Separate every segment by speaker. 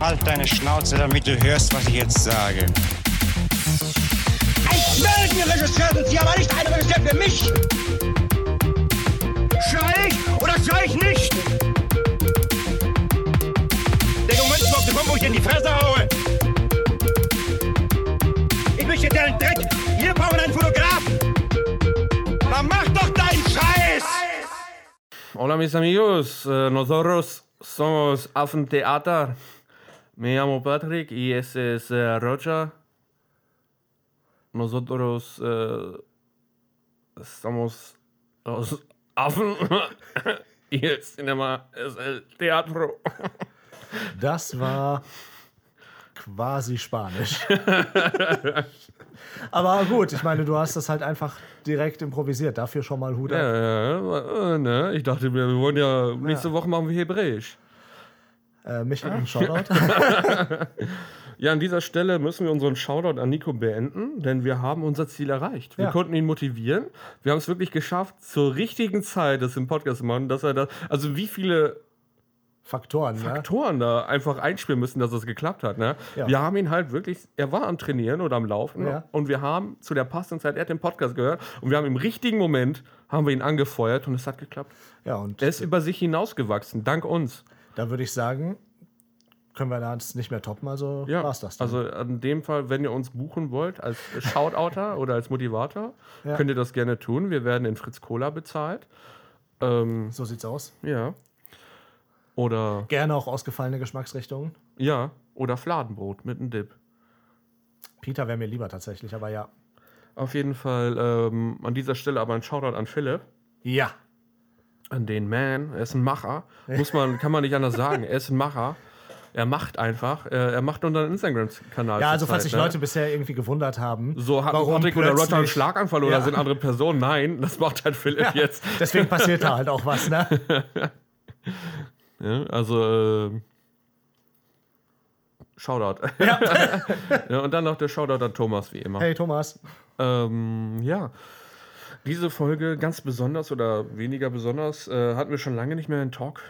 Speaker 1: Halt deine Schnauze, damit du hörst, was ich jetzt sage.
Speaker 2: Ein Melden-Regisseur sind Sie, aber nicht eine Regisseur für mich! Schrei ich oder schrei ich nicht? Der Moment ist noch gekommen, wo ich dir in die Fresse haue! Ich möchte deinen Dreck! Wir brauchen einen Fotografen! Dann mach doch deinen Scheiß!
Speaker 3: Hola mis amigos, Eh, nosotros somos Affen Theater. Me llamo Patrick y ese es eh, Rocha. Nosotros eh, somos los Affen y el cinema es el teatro.
Speaker 4: Das war quasi Spanisch. Aber gut, ich meine, du hast das halt einfach direkt improvisiert. Dafür schon mal Hut ab.
Speaker 3: Äh, äh, ne? Ich dachte, wir wir wollen ja nächste Woche machen wir Hebräisch.
Speaker 4: Äh, Michael, ein Shoutout.
Speaker 3: Ja, an dieser Stelle müssen wir unseren Shoutout an Nico beenden, denn wir haben unser Ziel erreicht. Wir
Speaker 4: Ja.
Speaker 3: konnten ihn motivieren. Wir haben es wirklich geschafft, zur richtigen Zeit das im Podcast zu machen, dass er das. Also wie viele
Speaker 4: Faktoren, ne?
Speaker 3: Toren da einfach einspielen müssen, dass es geklappt hat. Ne?
Speaker 4: Ja.
Speaker 3: Wir haben ihn halt wirklich, er war am Trainieren oder am Laufen
Speaker 4: Ja.
Speaker 3: und wir haben zu der passenden Zeit, er hat den Podcast gehört und wir haben im richtigen Moment haben wir ihn angefeuert und es hat geklappt.
Speaker 4: Ja, und
Speaker 3: Er ist über sich hinausgewachsen, dank uns.
Speaker 4: da würde ich sagen, können wir das nicht mehr toppen, also
Speaker 3: Ja,
Speaker 4: war's das. Dann.
Speaker 3: Also in dem Fall, wenn ihr uns buchen wollt als Shoutouter oder als Motivator,
Speaker 4: Ja.
Speaker 3: könnt ihr das gerne tun. Wir werden in Fritz Cola bezahlt. Ähm,
Speaker 4: so sieht's aus.
Speaker 3: ja. Oder
Speaker 4: Gerne auch ausgefallene Geschmacksrichtungen.
Speaker 3: ja, oder Fladenbrot mit einem Dip.
Speaker 4: Peter wäre mir lieber tatsächlich, aber ja.
Speaker 3: Auf jeden Fall ähm, an dieser Stelle aber ein Shoutout an Philipp,
Speaker 4: Ja.
Speaker 3: an den Man. Er ist ein Macher. Muss man, kann man nicht anders sagen. Er ist ein Macher. Er macht einfach. Er, er macht unseren Instagram-Kanal.
Speaker 4: Ja,
Speaker 3: zur
Speaker 4: also falls
Speaker 3: Zeit,
Speaker 4: sich
Speaker 3: ne?
Speaker 4: Leute bisher irgendwie gewundert haben,
Speaker 3: So hat Patrick oder Roger einen
Speaker 4: plötzlich-
Speaker 3: Schlaganfall oder
Speaker 4: Ja.
Speaker 3: sind andere Personen. Nein, das macht halt Philipp jetzt.
Speaker 4: Deswegen passiert da halt auch was, ne?
Speaker 3: Ja, also, ähm, Shoutout. Ja. und dann noch der Shoutout an Thomas, wie immer.
Speaker 4: Hey Thomas,
Speaker 3: Ähm, ja. Diese Folge ganz besonders oder weniger besonders äh, hatten wir schon lange nicht mehr einen Talk.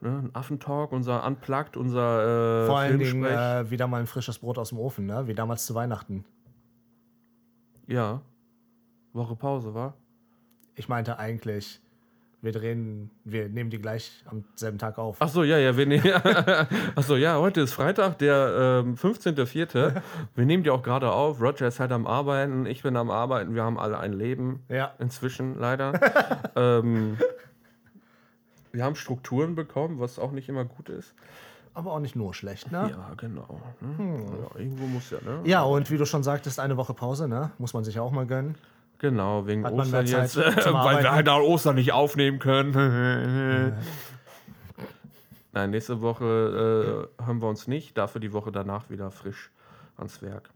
Speaker 3: Ne? Ein Affentalk, unser Unplugged, unser äh,
Speaker 4: vor allen Dingen
Speaker 3: Filmsprech.
Speaker 4: äh, wieder mal ein frisches Brot aus dem Ofen, ne? Wie damals zu Weihnachten. äh,
Speaker 3: ja. Woche Pause, war?
Speaker 4: Ich meinte eigentlich, wir drehen, wir nehmen die gleich am selben Tag auf.
Speaker 3: Ach so, ja, ja, wir nehmen. Ach so, ja, heute ist Freitag, der ähm, 15.04. Wir nehmen die auch gerade auf. Roger ist halt am Arbeiten, ich bin am Arbeiten, wir haben alle ein Leben.
Speaker 4: Ja.
Speaker 3: Inzwischen leider. ähm, wir haben Strukturen bekommen, was auch nicht immer gut ist.
Speaker 4: Aber auch nicht nur schlecht, ne?
Speaker 3: Ja, genau. Ne?
Speaker 4: Hm.
Speaker 3: Ja, irgendwo muss ja, ne?
Speaker 4: Ja, und wie du schon sagtest, eine Woche Pause, ne? Muss man sich ja auch mal gönnen.
Speaker 3: Genau, wegen
Speaker 4: Hat man
Speaker 3: Ostern
Speaker 4: mehr
Speaker 3: jetzt.
Speaker 4: Zeit
Speaker 3: Äh, weil
Speaker 4: zum
Speaker 3: wir
Speaker 4: Arbeiten?
Speaker 3: halt auch Ostern nicht aufnehmen können. Nein, nächste Woche äh, haben wir uns nicht. Dafür die Woche danach wieder frisch ans Werk.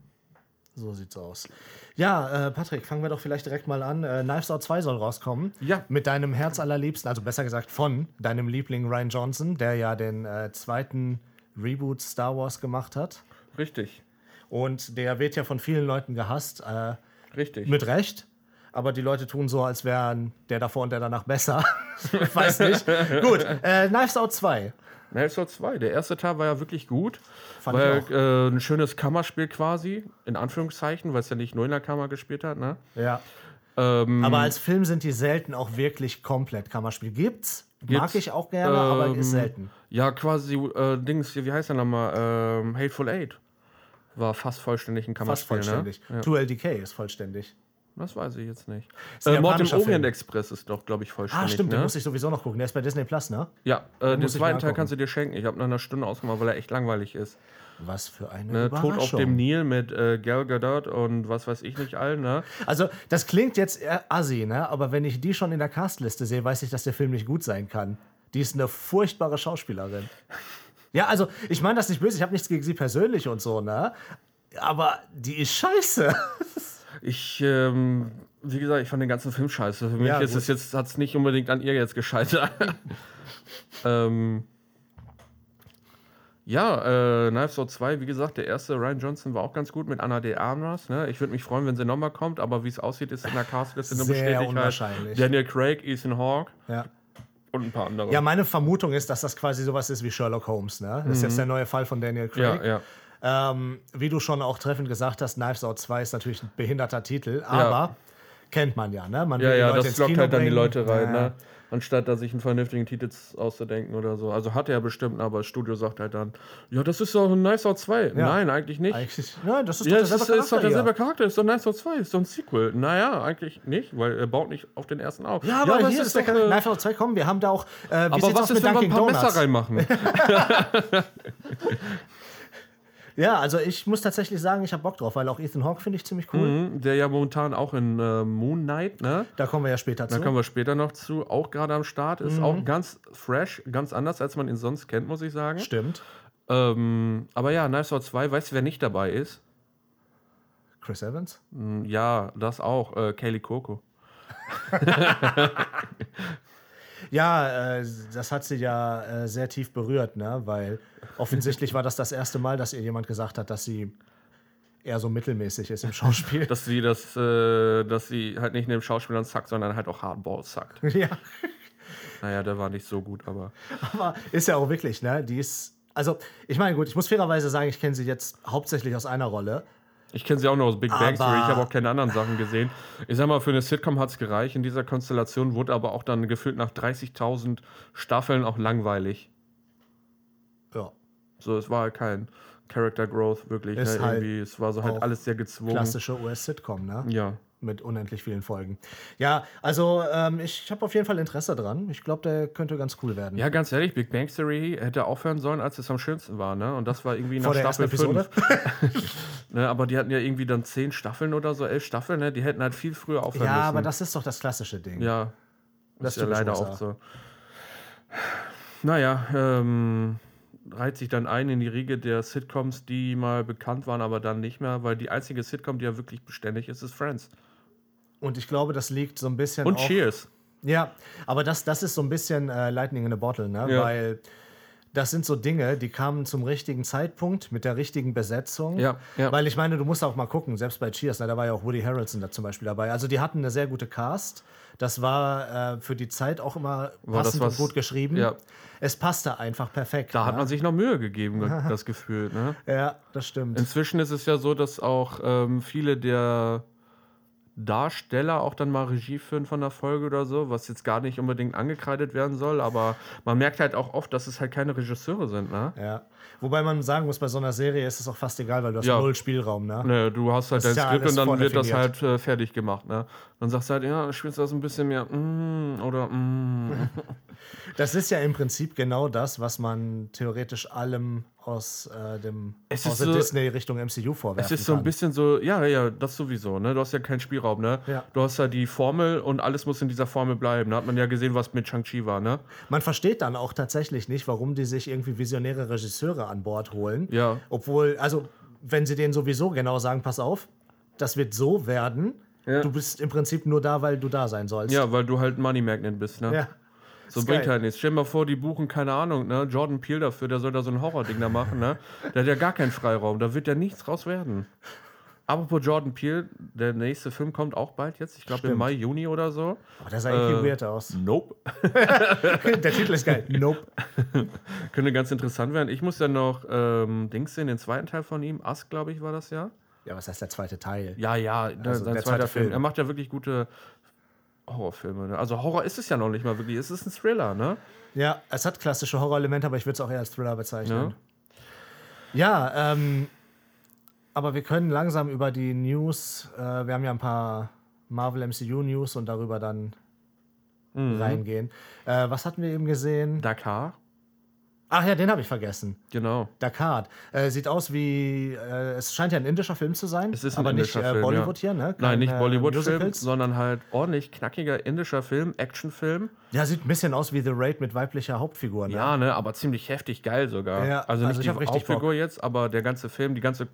Speaker 4: So sieht's aus. Ja, äh, Patrick, fangen wir doch vielleicht direkt mal an. Äh, Knives Out 2 soll rauskommen.
Speaker 3: Ja.
Speaker 4: Mit deinem Herz allerliebsten, also besser gesagt von deinem Liebling Ryan Johnson, der ja den äh, zweiten Reboot Star Wars gemacht hat.
Speaker 3: Richtig,
Speaker 4: Und der wird ja von vielen Leuten gehasst. Äh,
Speaker 3: richtig.
Speaker 4: mit Recht. Aber die Leute tun so, als wären der davor und der danach besser. Ich Weiß nicht. Gut, äh, Knives Out 2.
Speaker 3: Knives Out 2. Der erste Teil war ja wirklich gut.
Speaker 4: Fand
Speaker 3: war
Speaker 4: ich
Speaker 3: ja, äh, ein schönes Kammerspiel quasi, in Anführungszeichen, weil es ja nicht nur in der Kammer gespielt hat. Ne?
Speaker 4: Ja.
Speaker 3: Ähm,
Speaker 4: Aber als Film sind die selten auch wirklich komplett Kammerspiel. Gibt's. Mag
Speaker 3: Gibt's.
Speaker 4: ich auch gerne, aber ist
Speaker 3: Ähm,
Speaker 4: selten.
Speaker 3: ja, quasi äh, Dings, hier, wie heißt der nochmal? Ähm, Hateful Eight war fast vollständig ein
Speaker 4: Fast
Speaker 3: Kammerspiel.
Speaker 4: vollständig.
Speaker 3: Ne? Ja.
Speaker 4: 2LDK ist vollständig.
Speaker 3: Das weiß ich jetzt nicht.
Speaker 4: ein
Speaker 3: Äh, Mord im
Speaker 4: japanischer
Speaker 3: Orient
Speaker 4: Film.
Speaker 3: Express ist doch, glaube ich, vollständig.
Speaker 4: Ah, stimmt,
Speaker 3: ne?
Speaker 4: den muss ich sowieso noch gucken. Der ist bei Disney Plus, ne?
Speaker 3: Ja, äh, den
Speaker 4: muss
Speaker 3: zweiten
Speaker 4: ich mir
Speaker 3: Teil
Speaker 4: angucken.
Speaker 3: kannst du dir schenken. Ich habe nach einer Stunde ausgemacht, weil er echt langweilig ist.
Speaker 4: Was für eine
Speaker 3: Ne? Tod
Speaker 4: Überraschung.
Speaker 3: auf dem Nil mit äh, Gal Gadot und was weiß ich nicht allen. Ne?
Speaker 4: Also, das klingt jetzt eher assi, ne? Aber wenn ich die schon in der Castliste sehe, weiß ich, dass der Film nicht gut sein kann. Die ist eine furchtbare Schauspielerin. Ja, also, ich meine das nicht böse, ich habe nichts gegen sie persönlich und so, ne? Aber die ist scheiße.
Speaker 3: Ich, ähm, wie gesagt, ich fand den ganzen Film scheiße. Für mich
Speaker 4: Ja,
Speaker 3: ist
Speaker 4: gut.
Speaker 3: es jetzt, hat es nicht unbedingt an ihr jetzt gescheitert. ähm, ja, äh, Knives Out 2, wie gesagt, der erste Ryan Johnson war auch ganz gut mit Anna de Armas. Ne? Ich würde mich freuen, wenn sie nochmal kommt, aber wie es aussieht, ist in der Castliste halt. eine
Speaker 4: Sehr
Speaker 3: Bestätigkeit.
Speaker 4: unwahrscheinlich.
Speaker 3: Daniel Craig, Ethan Hawke.
Speaker 4: Ja.
Speaker 3: Und ein paar andere.
Speaker 4: Ja, meine Vermutung ist, dass das quasi sowas ist wie Sherlock Holmes, ne? Das ist jetzt der neue Fall von Daniel Craig.
Speaker 3: Mhm. ja, ja.
Speaker 4: Ähm, wie du schon auch treffend gesagt hast, Knives Out 2 ist natürlich ein behinderter Titel, aber kennt man ja, ne? Man
Speaker 3: Ja,
Speaker 4: will die
Speaker 3: ja,
Speaker 4: Leute
Speaker 3: das
Speaker 4: ins
Speaker 3: lockt
Speaker 4: Kino
Speaker 3: halt dann die
Speaker 4: bringen.
Speaker 3: Leute rein,
Speaker 4: Ja.
Speaker 3: ne? Anstatt da sich einen vernünftigen Titel auszudenken oder so. Also hat er bestimmt, aber das Studio sagt halt dann, ja, das ist doch ein Nice Out 2. Nein, eigentlich nicht.
Speaker 4: Eigentlich, nein, das ist
Speaker 3: ja,
Speaker 4: doch
Speaker 3: es ist,
Speaker 4: derselbe
Speaker 3: ist doch
Speaker 4: Charakter
Speaker 3: derselbe
Speaker 4: hier.
Speaker 3: Charakter, ist doch Nice Out 2, ist doch ein Sequel. Naja, eigentlich nicht, weil er baut nicht auf den ersten auf.
Speaker 4: Ja, aber,
Speaker 3: es
Speaker 4: hier ist der
Speaker 3: doch,
Speaker 4: Charakter.
Speaker 3: äh,
Speaker 4: Knives Out 2 kommen, wir haben da auch. Äh, wie
Speaker 3: aber
Speaker 4: sieht's
Speaker 3: was
Speaker 4: aus mit
Speaker 3: ist, wenn wir ein
Speaker 4: Dunkin'
Speaker 3: paar Messer
Speaker 4: Donuts?
Speaker 3: reinmachen?
Speaker 4: Ja, also ich muss tatsächlich sagen, ich habe Bock drauf, weil auch Ethan Hawke finde ich ziemlich cool.
Speaker 3: Mhm, der ja momentan auch in äh, Moon Knight, ne?
Speaker 4: Da kommen wir ja später
Speaker 3: Da
Speaker 4: zu.
Speaker 3: kommen wir später noch zu. Auch gerade am Start ist
Speaker 4: Mhm.
Speaker 3: auch ganz fresh, ganz anders, als man ihn sonst kennt, muss ich sagen.
Speaker 4: Stimmt.
Speaker 3: Ähm, aber ja, Knives Out 2, weißt du, wer nicht dabei ist?
Speaker 4: Chris Evans?
Speaker 3: Hm, Ja, das auch. Äh, Kaylee Coco.
Speaker 4: Ja, äh, das hat sie ja äh, sehr tief berührt, ne? weil offensichtlich war das das erste Mal, dass ihr jemand gesagt hat, dass sie eher so mittelmäßig ist im Schauspiel.
Speaker 3: Dass sie das, äh, dass sie halt nicht neben Schauspielern zackt, sondern halt auch Hardball zackt.
Speaker 4: ja,
Speaker 3: Naja, der war nicht so gut, aber.
Speaker 4: aber ist ja auch wirklich, ne? Die ist. Also, ich meine, gut, ich muss fairerweise sagen, ich kenne sie jetzt hauptsächlich aus einer Rolle.
Speaker 3: Ich kenne sie auch nur aus Big Bang Theory, ich
Speaker 4: Aber-
Speaker 3: habe auch keine anderen Sachen gesehen. Ich sag mal, für eine Sitcom hat es gereicht. In dieser Konstellation wurde aber auch dann gefühlt nach 30.000 Staffeln auch langweilig.
Speaker 4: Ja.
Speaker 3: So, es war halt kein Character Growth wirklich.
Speaker 4: Ist
Speaker 3: Ne?
Speaker 4: halt
Speaker 3: Irgendwie, es war so
Speaker 4: auch
Speaker 3: halt alles sehr gezwungen.
Speaker 4: Klassische US-Sitcom, ne?
Speaker 3: Ja.
Speaker 4: Mit unendlich vielen Folgen. Ja, also ähm, ich habe auf jeden Fall Interesse dran. Ich glaube, der könnte ganz cool werden.
Speaker 3: Ja, ganz ehrlich, Big Bang Theory hätte aufhören sollen, als es am schönsten war, ne? Und das war irgendwie nach
Speaker 4: Vor der
Speaker 3: Staffel
Speaker 4: ersten Episode?
Speaker 3: 5. ne, aber die hatten ja irgendwie dann zehn Staffeln oder so, elf Staffeln, ne? Die hätten halt viel früher aufhören
Speaker 4: Ja,
Speaker 3: müssen.
Speaker 4: aber das ist doch das klassische Ding.
Speaker 3: Ja,
Speaker 4: das
Speaker 3: ist ja
Speaker 4: typisch
Speaker 3: leider
Speaker 4: USA.
Speaker 3: auch so. Naja, ähm, reiht sich dann ein in die Riege der Sitcoms, die mal bekannt waren, aber dann nicht mehr, weil die einzige Sitcom, die ja wirklich beständig ist, ist Friends.
Speaker 4: Und ich glaube, das liegt so ein bisschen.
Speaker 3: Und
Speaker 4: auch,
Speaker 3: Cheers.
Speaker 4: Ja, aber das, das ist so ein bisschen äh, Lightning in a Bottle, ne?
Speaker 3: Ja.
Speaker 4: Weil das sind so Dinge, die kamen zum richtigen Zeitpunkt mit der richtigen Besetzung.
Speaker 3: Ja, ja.
Speaker 4: Weil ich meine, du musst auch mal gucken, selbst bei Cheers, ne, da war ja auch Woody Harrelson da zum Beispiel dabei. Also die hatten eine sehr gute Cast. Das war äh, für die Zeit auch immer
Speaker 3: War das
Speaker 4: passend
Speaker 3: was-
Speaker 4: und gut geschrieben.
Speaker 3: ja.
Speaker 4: Es passte einfach perfekt.
Speaker 3: Da hat
Speaker 4: ne?
Speaker 3: man sich noch Mühe gegeben, ge- das Gefühl, ne?
Speaker 4: Ja, das stimmt.
Speaker 3: Inzwischen ist es ja so, dass auch ähm, viele der Darsteller auch dann mal Regie führen von der Folge oder so, was jetzt gar nicht unbedingt angekreidet werden soll, aber man merkt halt auch oft, dass es halt keine Regisseure sind, ne?
Speaker 4: ja. Wobei man sagen muss, bei so einer Serie ist es auch fast egal, weil du hast
Speaker 3: Ja.
Speaker 4: null Spielraum, ne?
Speaker 3: Ne, du hast halt dein
Speaker 4: ist ja
Speaker 3: Skript
Speaker 4: alles
Speaker 3: und dann wird das
Speaker 4: vordefiniert.
Speaker 3: halt äh, fertig gemacht, ne? Dann sagst du halt, ja, spielst du das ein bisschen mehr mm, oder mm.
Speaker 4: Das ist ja im Prinzip genau das, was man theoretisch allem aus äh, dem
Speaker 3: Es
Speaker 4: aus
Speaker 3: ist
Speaker 4: der
Speaker 3: so-
Speaker 4: Disney Richtung MCU vorwerfen
Speaker 3: Es ist so ein
Speaker 4: kann.
Speaker 3: bisschen so, ja, ja, das sowieso, ne? Du hast ja keinen Spielraum, ne?
Speaker 4: Ja.
Speaker 3: Du hast ja die Formel und alles muss in dieser Formel bleiben. Da hat man ja gesehen, was mit Shang-Chi war, ne?
Speaker 4: Man versteht dann auch tatsächlich nicht, warum die sich irgendwie visionäre Regisseure an Bord holen.
Speaker 3: Ja.
Speaker 4: Obwohl, also wenn sie denen sowieso genau sagen, pass auf, das wird so werden.
Speaker 3: Ja.
Speaker 4: Du bist im Prinzip nur da, weil du da sein sollst.
Speaker 3: Ja, weil du halt ein Money Magnet bist, ne?
Speaker 4: ja.
Speaker 3: So
Speaker 4: Ist
Speaker 3: bringt
Speaker 4: geil.
Speaker 3: halt nichts. Stell dir mal vor, die buchen, keine Ahnung, ne? Jordan Peele dafür, der soll da so ein Horror-Ding da machen, ne? Der hat ja gar keinen Freiraum, da wird ja nichts raus werden. Apropos Jordan Peele, der nächste Film kommt auch bald jetzt, ich glaube im
Speaker 4: Stimmt.
Speaker 3: Mai, Juni oder so.
Speaker 4: Aber das Oh, sah
Speaker 3: Äh.
Speaker 4: irgendwie weird aus.
Speaker 3: Nope.
Speaker 4: der Titel ist geil. Nope.
Speaker 3: Könnte ganz interessant werden. Ich muss ja noch ähm, Dings sehen, den zweiten Teil von ihm, Ask, glaube ich, war das ja.
Speaker 4: Ja, was heißt der zweite Teil?
Speaker 3: Ja, ja, ne,
Speaker 4: Also
Speaker 3: sein
Speaker 4: der
Speaker 3: zweiter
Speaker 4: zweite
Speaker 3: Film.
Speaker 4: Film.
Speaker 3: Er macht ja wirklich gute Horrorfilme. Ne? Also Horror ist es ja noch nicht mal wirklich, es ist ein Thriller, ne?
Speaker 4: Ja, es hat klassische Horrorelemente, aber ich würde es auch eher als Thriller bezeichnen. Ja, ähm, aber wir können langsam über die News, äh, wir haben ja ein paar Marvel MCU News und darüber dann
Speaker 3: Mhm.
Speaker 4: reingehen. Äh, was hatten wir eben gesehen?
Speaker 3: Dakar,
Speaker 4: Ach ja, den habe ich vergessen.
Speaker 3: genau.
Speaker 4: Dakar. Äh, sieht aus wie, äh, es scheint ja ein indischer Film zu sein,
Speaker 3: Es ist ein
Speaker 4: aber nicht
Speaker 3: indischer
Speaker 4: äh,
Speaker 3: Film,
Speaker 4: Bollywood
Speaker 3: ja.
Speaker 4: hier, ne?
Speaker 3: Nein,
Speaker 4: Kein,
Speaker 3: nicht
Speaker 4: äh,
Speaker 3: Bollywood-Film,
Speaker 4: Musicals.
Speaker 3: sondern halt ordentlich knackiger indischer Film, Actionfilm.
Speaker 4: Ja, sieht ein bisschen aus wie The Raid mit weiblicher Hauptfigur, ne?
Speaker 3: Ja, ne, aber ziemlich heftig geil sogar.
Speaker 4: Ja,
Speaker 3: also
Speaker 4: also
Speaker 3: nicht
Speaker 4: ich hab
Speaker 3: die
Speaker 4: richtig
Speaker 3: Hauptfigur jetzt, aber der ganze Film, die ganze,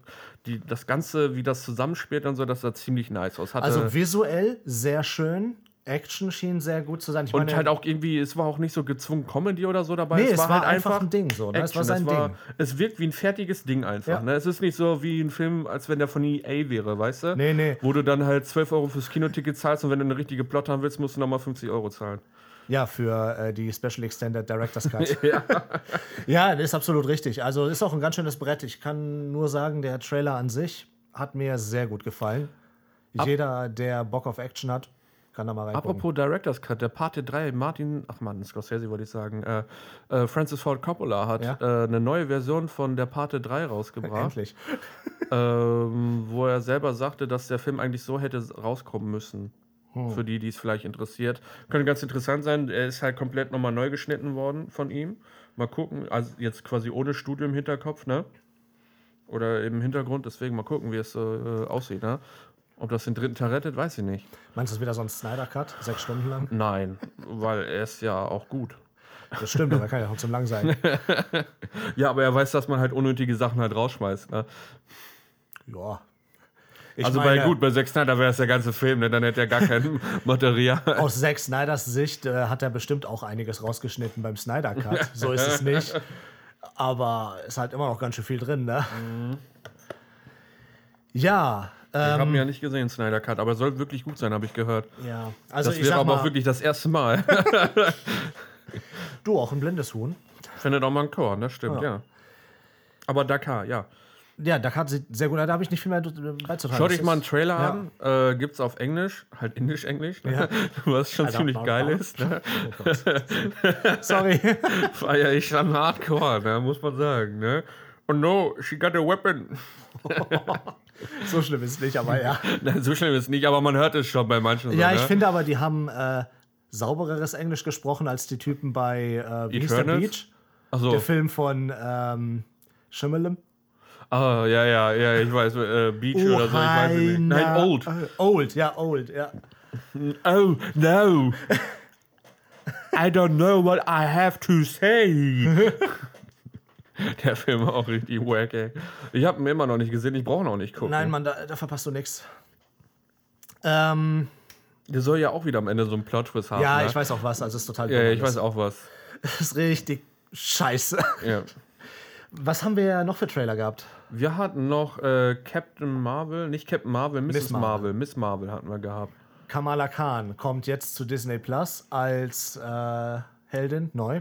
Speaker 3: die, das Ganze, wie das zusammenspielt und so, das sah ziemlich nice aus. Hatte,
Speaker 4: Also visuell sehr schön. Action schien sehr gut zu sein. Ich
Speaker 3: und halt auch irgendwie, es war auch nicht so gezwungen Comedy oder so dabei. halt
Speaker 4: Nee, es war einfach ein Ding so, ne? Es
Speaker 3: Action.
Speaker 4: war sein
Speaker 3: es, war,
Speaker 4: Ding.
Speaker 3: es wirkt wie ein fertiges Ding einfach.
Speaker 4: Ja.
Speaker 3: Ne? Es ist nicht so wie ein Film, als wenn der von EA wäre, weißt du?
Speaker 4: Nee, nee.
Speaker 3: Wo du dann halt 12 Euro fürs Kinoticket zahlst und wenn du eine richtige Plot haben willst, musst du nochmal 50 Euro zahlen.
Speaker 4: Ja, für äh, die Special Extended Director's Cut. ja, das ist absolut richtig. Also ist auch ein ganz schönes Brett. Ich kann nur sagen, der Trailer an sich hat mir sehr gut gefallen. Jeder, der Bock auf Action hat, kann da mal reingucken.
Speaker 3: Apropos Directors Cut, der Pate 3, Martin, ach Martin Scorsese wollte ich sagen, äh, äh, Francis Ford Coppola hat äh,
Speaker 4: Ja.
Speaker 3: eine neue Version von der Pate 3 rausgebracht,
Speaker 4: Endlich.
Speaker 3: ähm, wo er selber sagte, dass der Film eigentlich so hätte rauskommen müssen.
Speaker 4: Hm.
Speaker 3: Für die, die es vielleicht interessiert. Könnte ganz interessant sein. Er ist halt komplett nochmal neu geschnitten worden von ihm. Mal gucken. Also jetzt quasi ohne Studio im Hinterkopf, ne? Oder im Hintergrund. Deswegen mal gucken, wie es äh, aussieht, ne? Ob das den dritten Teil rettet, weiß ich nicht.
Speaker 4: Meinst du, es wieder so ein Snyder-Cut? Sechs Stunden lang?
Speaker 3: Nein, weil er ist ja auch gut.
Speaker 4: Das stimmt, aber kann ja auch zu lang sein.
Speaker 3: Ja, aber er weiß, dass man halt unnötige Sachen halt rausschmeißt. Ne?
Speaker 4: Ja. Ich
Speaker 3: Also bei
Speaker 4: meine,
Speaker 3: gut, bei Zack Snyder wäre das der ganze Film, ne? dann hätte er gar kein Material.
Speaker 4: Aus Zack Snyders Sicht äh, hat er bestimmt auch einiges rausgeschnitten beim Snyder Cut. So ist es nicht. Aber ist halt immer noch ganz schön viel drin, ne?
Speaker 3: Mhm.
Speaker 4: Ja.
Speaker 3: Ich
Speaker 4: Ähm,
Speaker 3: habe ihn ja nicht gesehen, Snyder Cut, aber soll wirklich gut sein, habe ich gehört.
Speaker 4: ja. Also
Speaker 3: das
Speaker 4: ich sag
Speaker 3: wäre aber
Speaker 4: mal,
Speaker 3: auch wirklich das erste Mal.
Speaker 4: du auch ein blindes Huhn.
Speaker 3: Findet auch mal ein Korn, das stimmt, ja. Aber Dakar, ja.
Speaker 4: Ja, da hat sie sehr gut. Da habe ich nicht viel mehr beizutragen.
Speaker 3: Schau
Speaker 4: Das
Speaker 3: dich mal einen
Speaker 4: ist-
Speaker 3: Trailer
Speaker 4: Ja.
Speaker 3: an, äh, gibt's auf Englisch, halt Indisch-Englisch, ne? was schon
Speaker 4: Alter,
Speaker 3: ziemlich
Speaker 4: Mann,
Speaker 3: geil
Speaker 4: Mann.
Speaker 3: ist. Ne?
Speaker 4: Sorry.
Speaker 3: Feier ich dann hardcore, ne? muss man sagen. Ne? Oh no, she got a weapon.
Speaker 4: so schlimm ist es nicht, aber ja.
Speaker 3: Na, so schlimm ist es nicht, aber man hört es schon bei manchen.
Speaker 4: Ja,
Speaker 3: so,
Speaker 4: ich
Speaker 3: ne?
Speaker 4: finde aber, die haben äh, saubereres Englisch gesprochen als die Typen bei äh, wie hieß der
Speaker 3: Eternals? Oh.
Speaker 4: Beach?
Speaker 3: Ach so.
Speaker 4: Der Film von ähm, Schimmelem.
Speaker 3: Ah, ja, ja, ja, ich weiß, äh, Beach oder so, ich weiß es nicht. Nein,
Speaker 4: Heiner-
Speaker 3: Old.
Speaker 4: Äh, Old, ja, Old, ja.
Speaker 3: Oh, no. I don't know what I have to say. Der Film war auch richtig wack, ey. Ich habe ihn immer noch nicht gesehen, ich brauche ihn auch nicht gucken.
Speaker 4: Nein, Mann, da, da verpasst du nichts. Ähm,
Speaker 3: Der soll ja auch wieder am Ende so einen Plot-Twist haben.
Speaker 4: ja,
Speaker 3: ne?
Speaker 4: ich weiß auch was, also ist total
Speaker 3: Ja,
Speaker 4: dumm
Speaker 3: ich weiß
Speaker 4: alles.
Speaker 3: auch was.
Speaker 4: Das ist richtig scheiße.
Speaker 3: Ja.
Speaker 4: Was haben wir noch für Trailer gehabt?
Speaker 3: Wir hatten noch äh, Captain Marvel, nicht Captain Marvel, Mrs.
Speaker 4: Miss
Speaker 3: Marvel.
Speaker 4: Marvel.
Speaker 3: Miss Marvel hatten wir gehabt.
Speaker 4: Kamala Khan kommt jetzt zu Disney Plus als äh, Heldin, neu.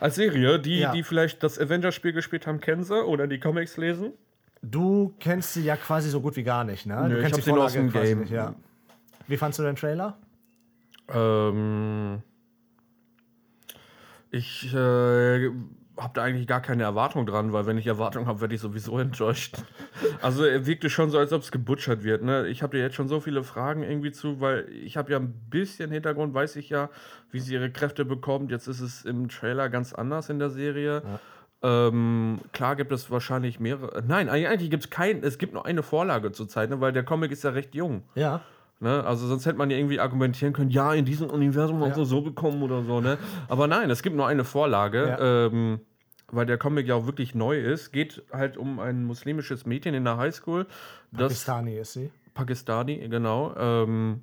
Speaker 3: Als Serie, die,
Speaker 4: Ja.
Speaker 3: die vielleicht das Avengers-Spiel gespielt haben, kennen sie oder die Comics lesen.
Speaker 4: Du kennst sie ja quasi so gut wie gar nicht, ne?
Speaker 3: Nö,
Speaker 4: du
Speaker 3: ich
Speaker 4: kennst
Speaker 3: hab sie nur aus dem
Speaker 4: quasi
Speaker 3: Game.
Speaker 4: nicht, ja. Wie fandst du den Trailer?
Speaker 3: Ähm, ich äh, habe da eigentlich gar keine Erwartung dran, weil wenn ich Erwartung habe, werde ich sowieso enttäuscht. Also er wirkte schon so, als ob es gebutschert wird. Ne? Ich habe dir jetzt schon so viele Fragen irgendwie zu, weil ich habe ja ein bisschen Hintergrund, weiß ich ja, wie sie ihre Kräfte bekommt. Jetzt ist es im Trailer ganz anders in der Serie. Ähm, klar gibt es wahrscheinlich mehrere. Nein, eigentlich gibt es kein. Es gibt nur eine Vorlage zurzeit, ne? weil der Comic ist ja recht jung.
Speaker 4: Ja.
Speaker 3: Ne? Also sonst hätte man ja irgendwie argumentieren können, ja, in diesem Universum hast du so bekommen oder so. Ne? Aber nein, es gibt nur eine Vorlage,
Speaker 4: Ja.
Speaker 3: ähm, weil der Comic ja auch wirklich neu ist. Geht halt um ein muslimisches Mädchen in der Highschool, das
Speaker 4: Pakistani ist sie.
Speaker 3: Pakistani, genau. Ähm,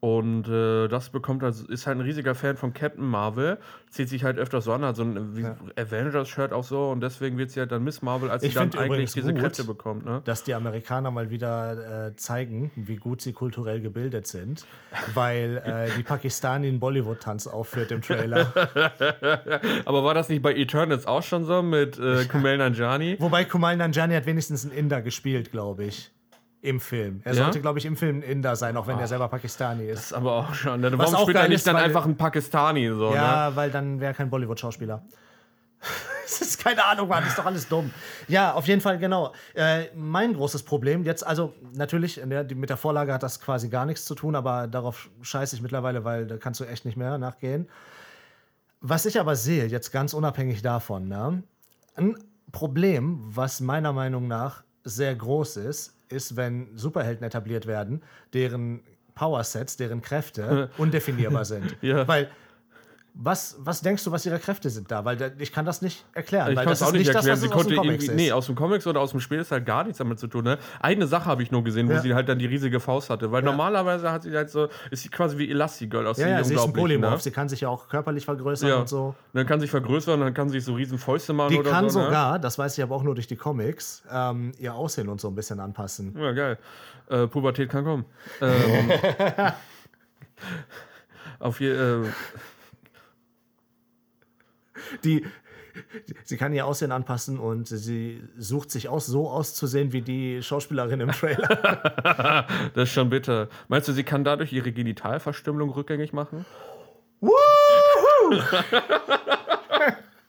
Speaker 3: und äh, das bekommt also, ist halt ein riesiger Fan von Captain Marvel, zieht sich halt öfter so an, hat so ein wie Avengers-Shirt auch so und deswegen wird sie halt dann Miss Marvel, als
Speaker 4: Ich
Speaker 3: sie dann
Speaker 4: find
Speaker 3: eigentlich
Speaker 4: übrigens
Speaker 3: diese
Speaker 4: gut,
Speaker 3: Kräfte bekommt. Ne?
Speaker 4: dass die Amerikaner mal wieder äh, zeigen, wie gut sie kulturell gebildet sind, weil äh, die Pakistani einen Bollywood-Tanz aufführt im Trailer.
Speaker 3: Aber war das nicht bei Eternals auch schon so mit äh, Kumail Nanjiani?
Speaker 4: Wobei Kumail Nanjiani hat wenigstens einen Inder gespielt, glaube ich. Im Film. Er
Speaker 3: Ja?
Speaker 4: sollte, glaube ich, im Film ein Inder sein, auch wenn er selber Pakistani
Speaker 3: Das
Speaker 4: ist.
Speaker 3: ist aber auch schon. Ne?
Speaker 4: Was
Speaker 3: Warum
Speaker 4: auch
Speaker 3: spielt er
Speaker 4: geil
Speaker 3: nicht
Speaker 4: ist,
Speaker 3: dann
Speaker 4: weil-
Speaker 3: einfach ein Pakistani so? Ne?
Speaker 4: Ja, weil dann wäre er kein Bollywood-Schauspieler. Das ist keine Ahnung, Mann, das ist doch alles dumm. Ja, auf jeden Fall, genau. Äh, mein großes Problem jetzt, also natürlich, ne, die- mit der Vorlage hat das quasi gar nichts zu tun, aber darauf scheiße ich mittlerweile, weil da kannst du echt nicht mehr nachgehen. Was ich aber sehe, jetzt ganz unabhängig davon, ne, ein Problem, was meiner Meinung nach sehr groß ist, ist, wenn Superhelden etabliert werden, deren Powersets, deren Kräfte undefinierbar sind.
Speaker 3: Ja.
Speaker 4: Weil was, was denkst du, was ihre Kräfte sind da? Weil da, ich kann das nicht erklären.
Speaker 3: Ich
Speaker 4: weil
Speaker 3: kann es
Speaker 4: das
Speaker 3: auch
Speaker 4: ist
Speaker 3: nicht erklären.
Speaker 4: Das, was
Speaker 3: sie
Speaker 4: es aus
Speaker 3: konnte
Speaker 4: den Comics
Speaker 3: irgendwie.
Speaker 4: ist.
Speaker 3: Nee, aus dem Comics oder aus dem Spiel ist halt gar nichts damit zu tun. Ne? Eine Sache habe ich nur gesehen, wo
Speaker 4: Ja.
Speaker 3: sie halt dann die riesige Faust hatte. Weil normalerweise hat sie halt so. Ist sie quasi wie Elastigirl aus
Speaker 4: ja, ja,
Speaker 3: dem
Speaker 4: sie ist ein
Speaker 3: Unglaublichen.
Speaker 4: Polymorph.
Speaker 3: Ne?
Speaker 4: Sie kann sich ja auch körperlich vergrößern
Speaker 3: Ja. Oh,
Speaker 4: und so.
Speaker 3: Dann kann sich vergrößern, dann kann sich so riesen Fäuste machen
Speaker 4: Die
Speaker 3: oder
Speaker 4: kann
Speaker 3: so. ne?
Speaker 4: sogar, das weiß ich aber auch nur durch die Comics, ähm, ihr Aussehen und so ein bisschen anpassen.
Speaker 3: Ne? Ja, geil. Äh, Pubertät kann kommen. Ähm, Auf je, äh,
Speaker 4: Die, sie kann ihr Aussehen anpassen und sie sucht sich aus, so auszusehen wie die Schauspielerin im Trailer.
Speaker 3: das ist schon bitter. Meinst du, sie kann dadurch ihre Genitalverstümmelung rückgängig machen?
Speaker 4: Woohoo!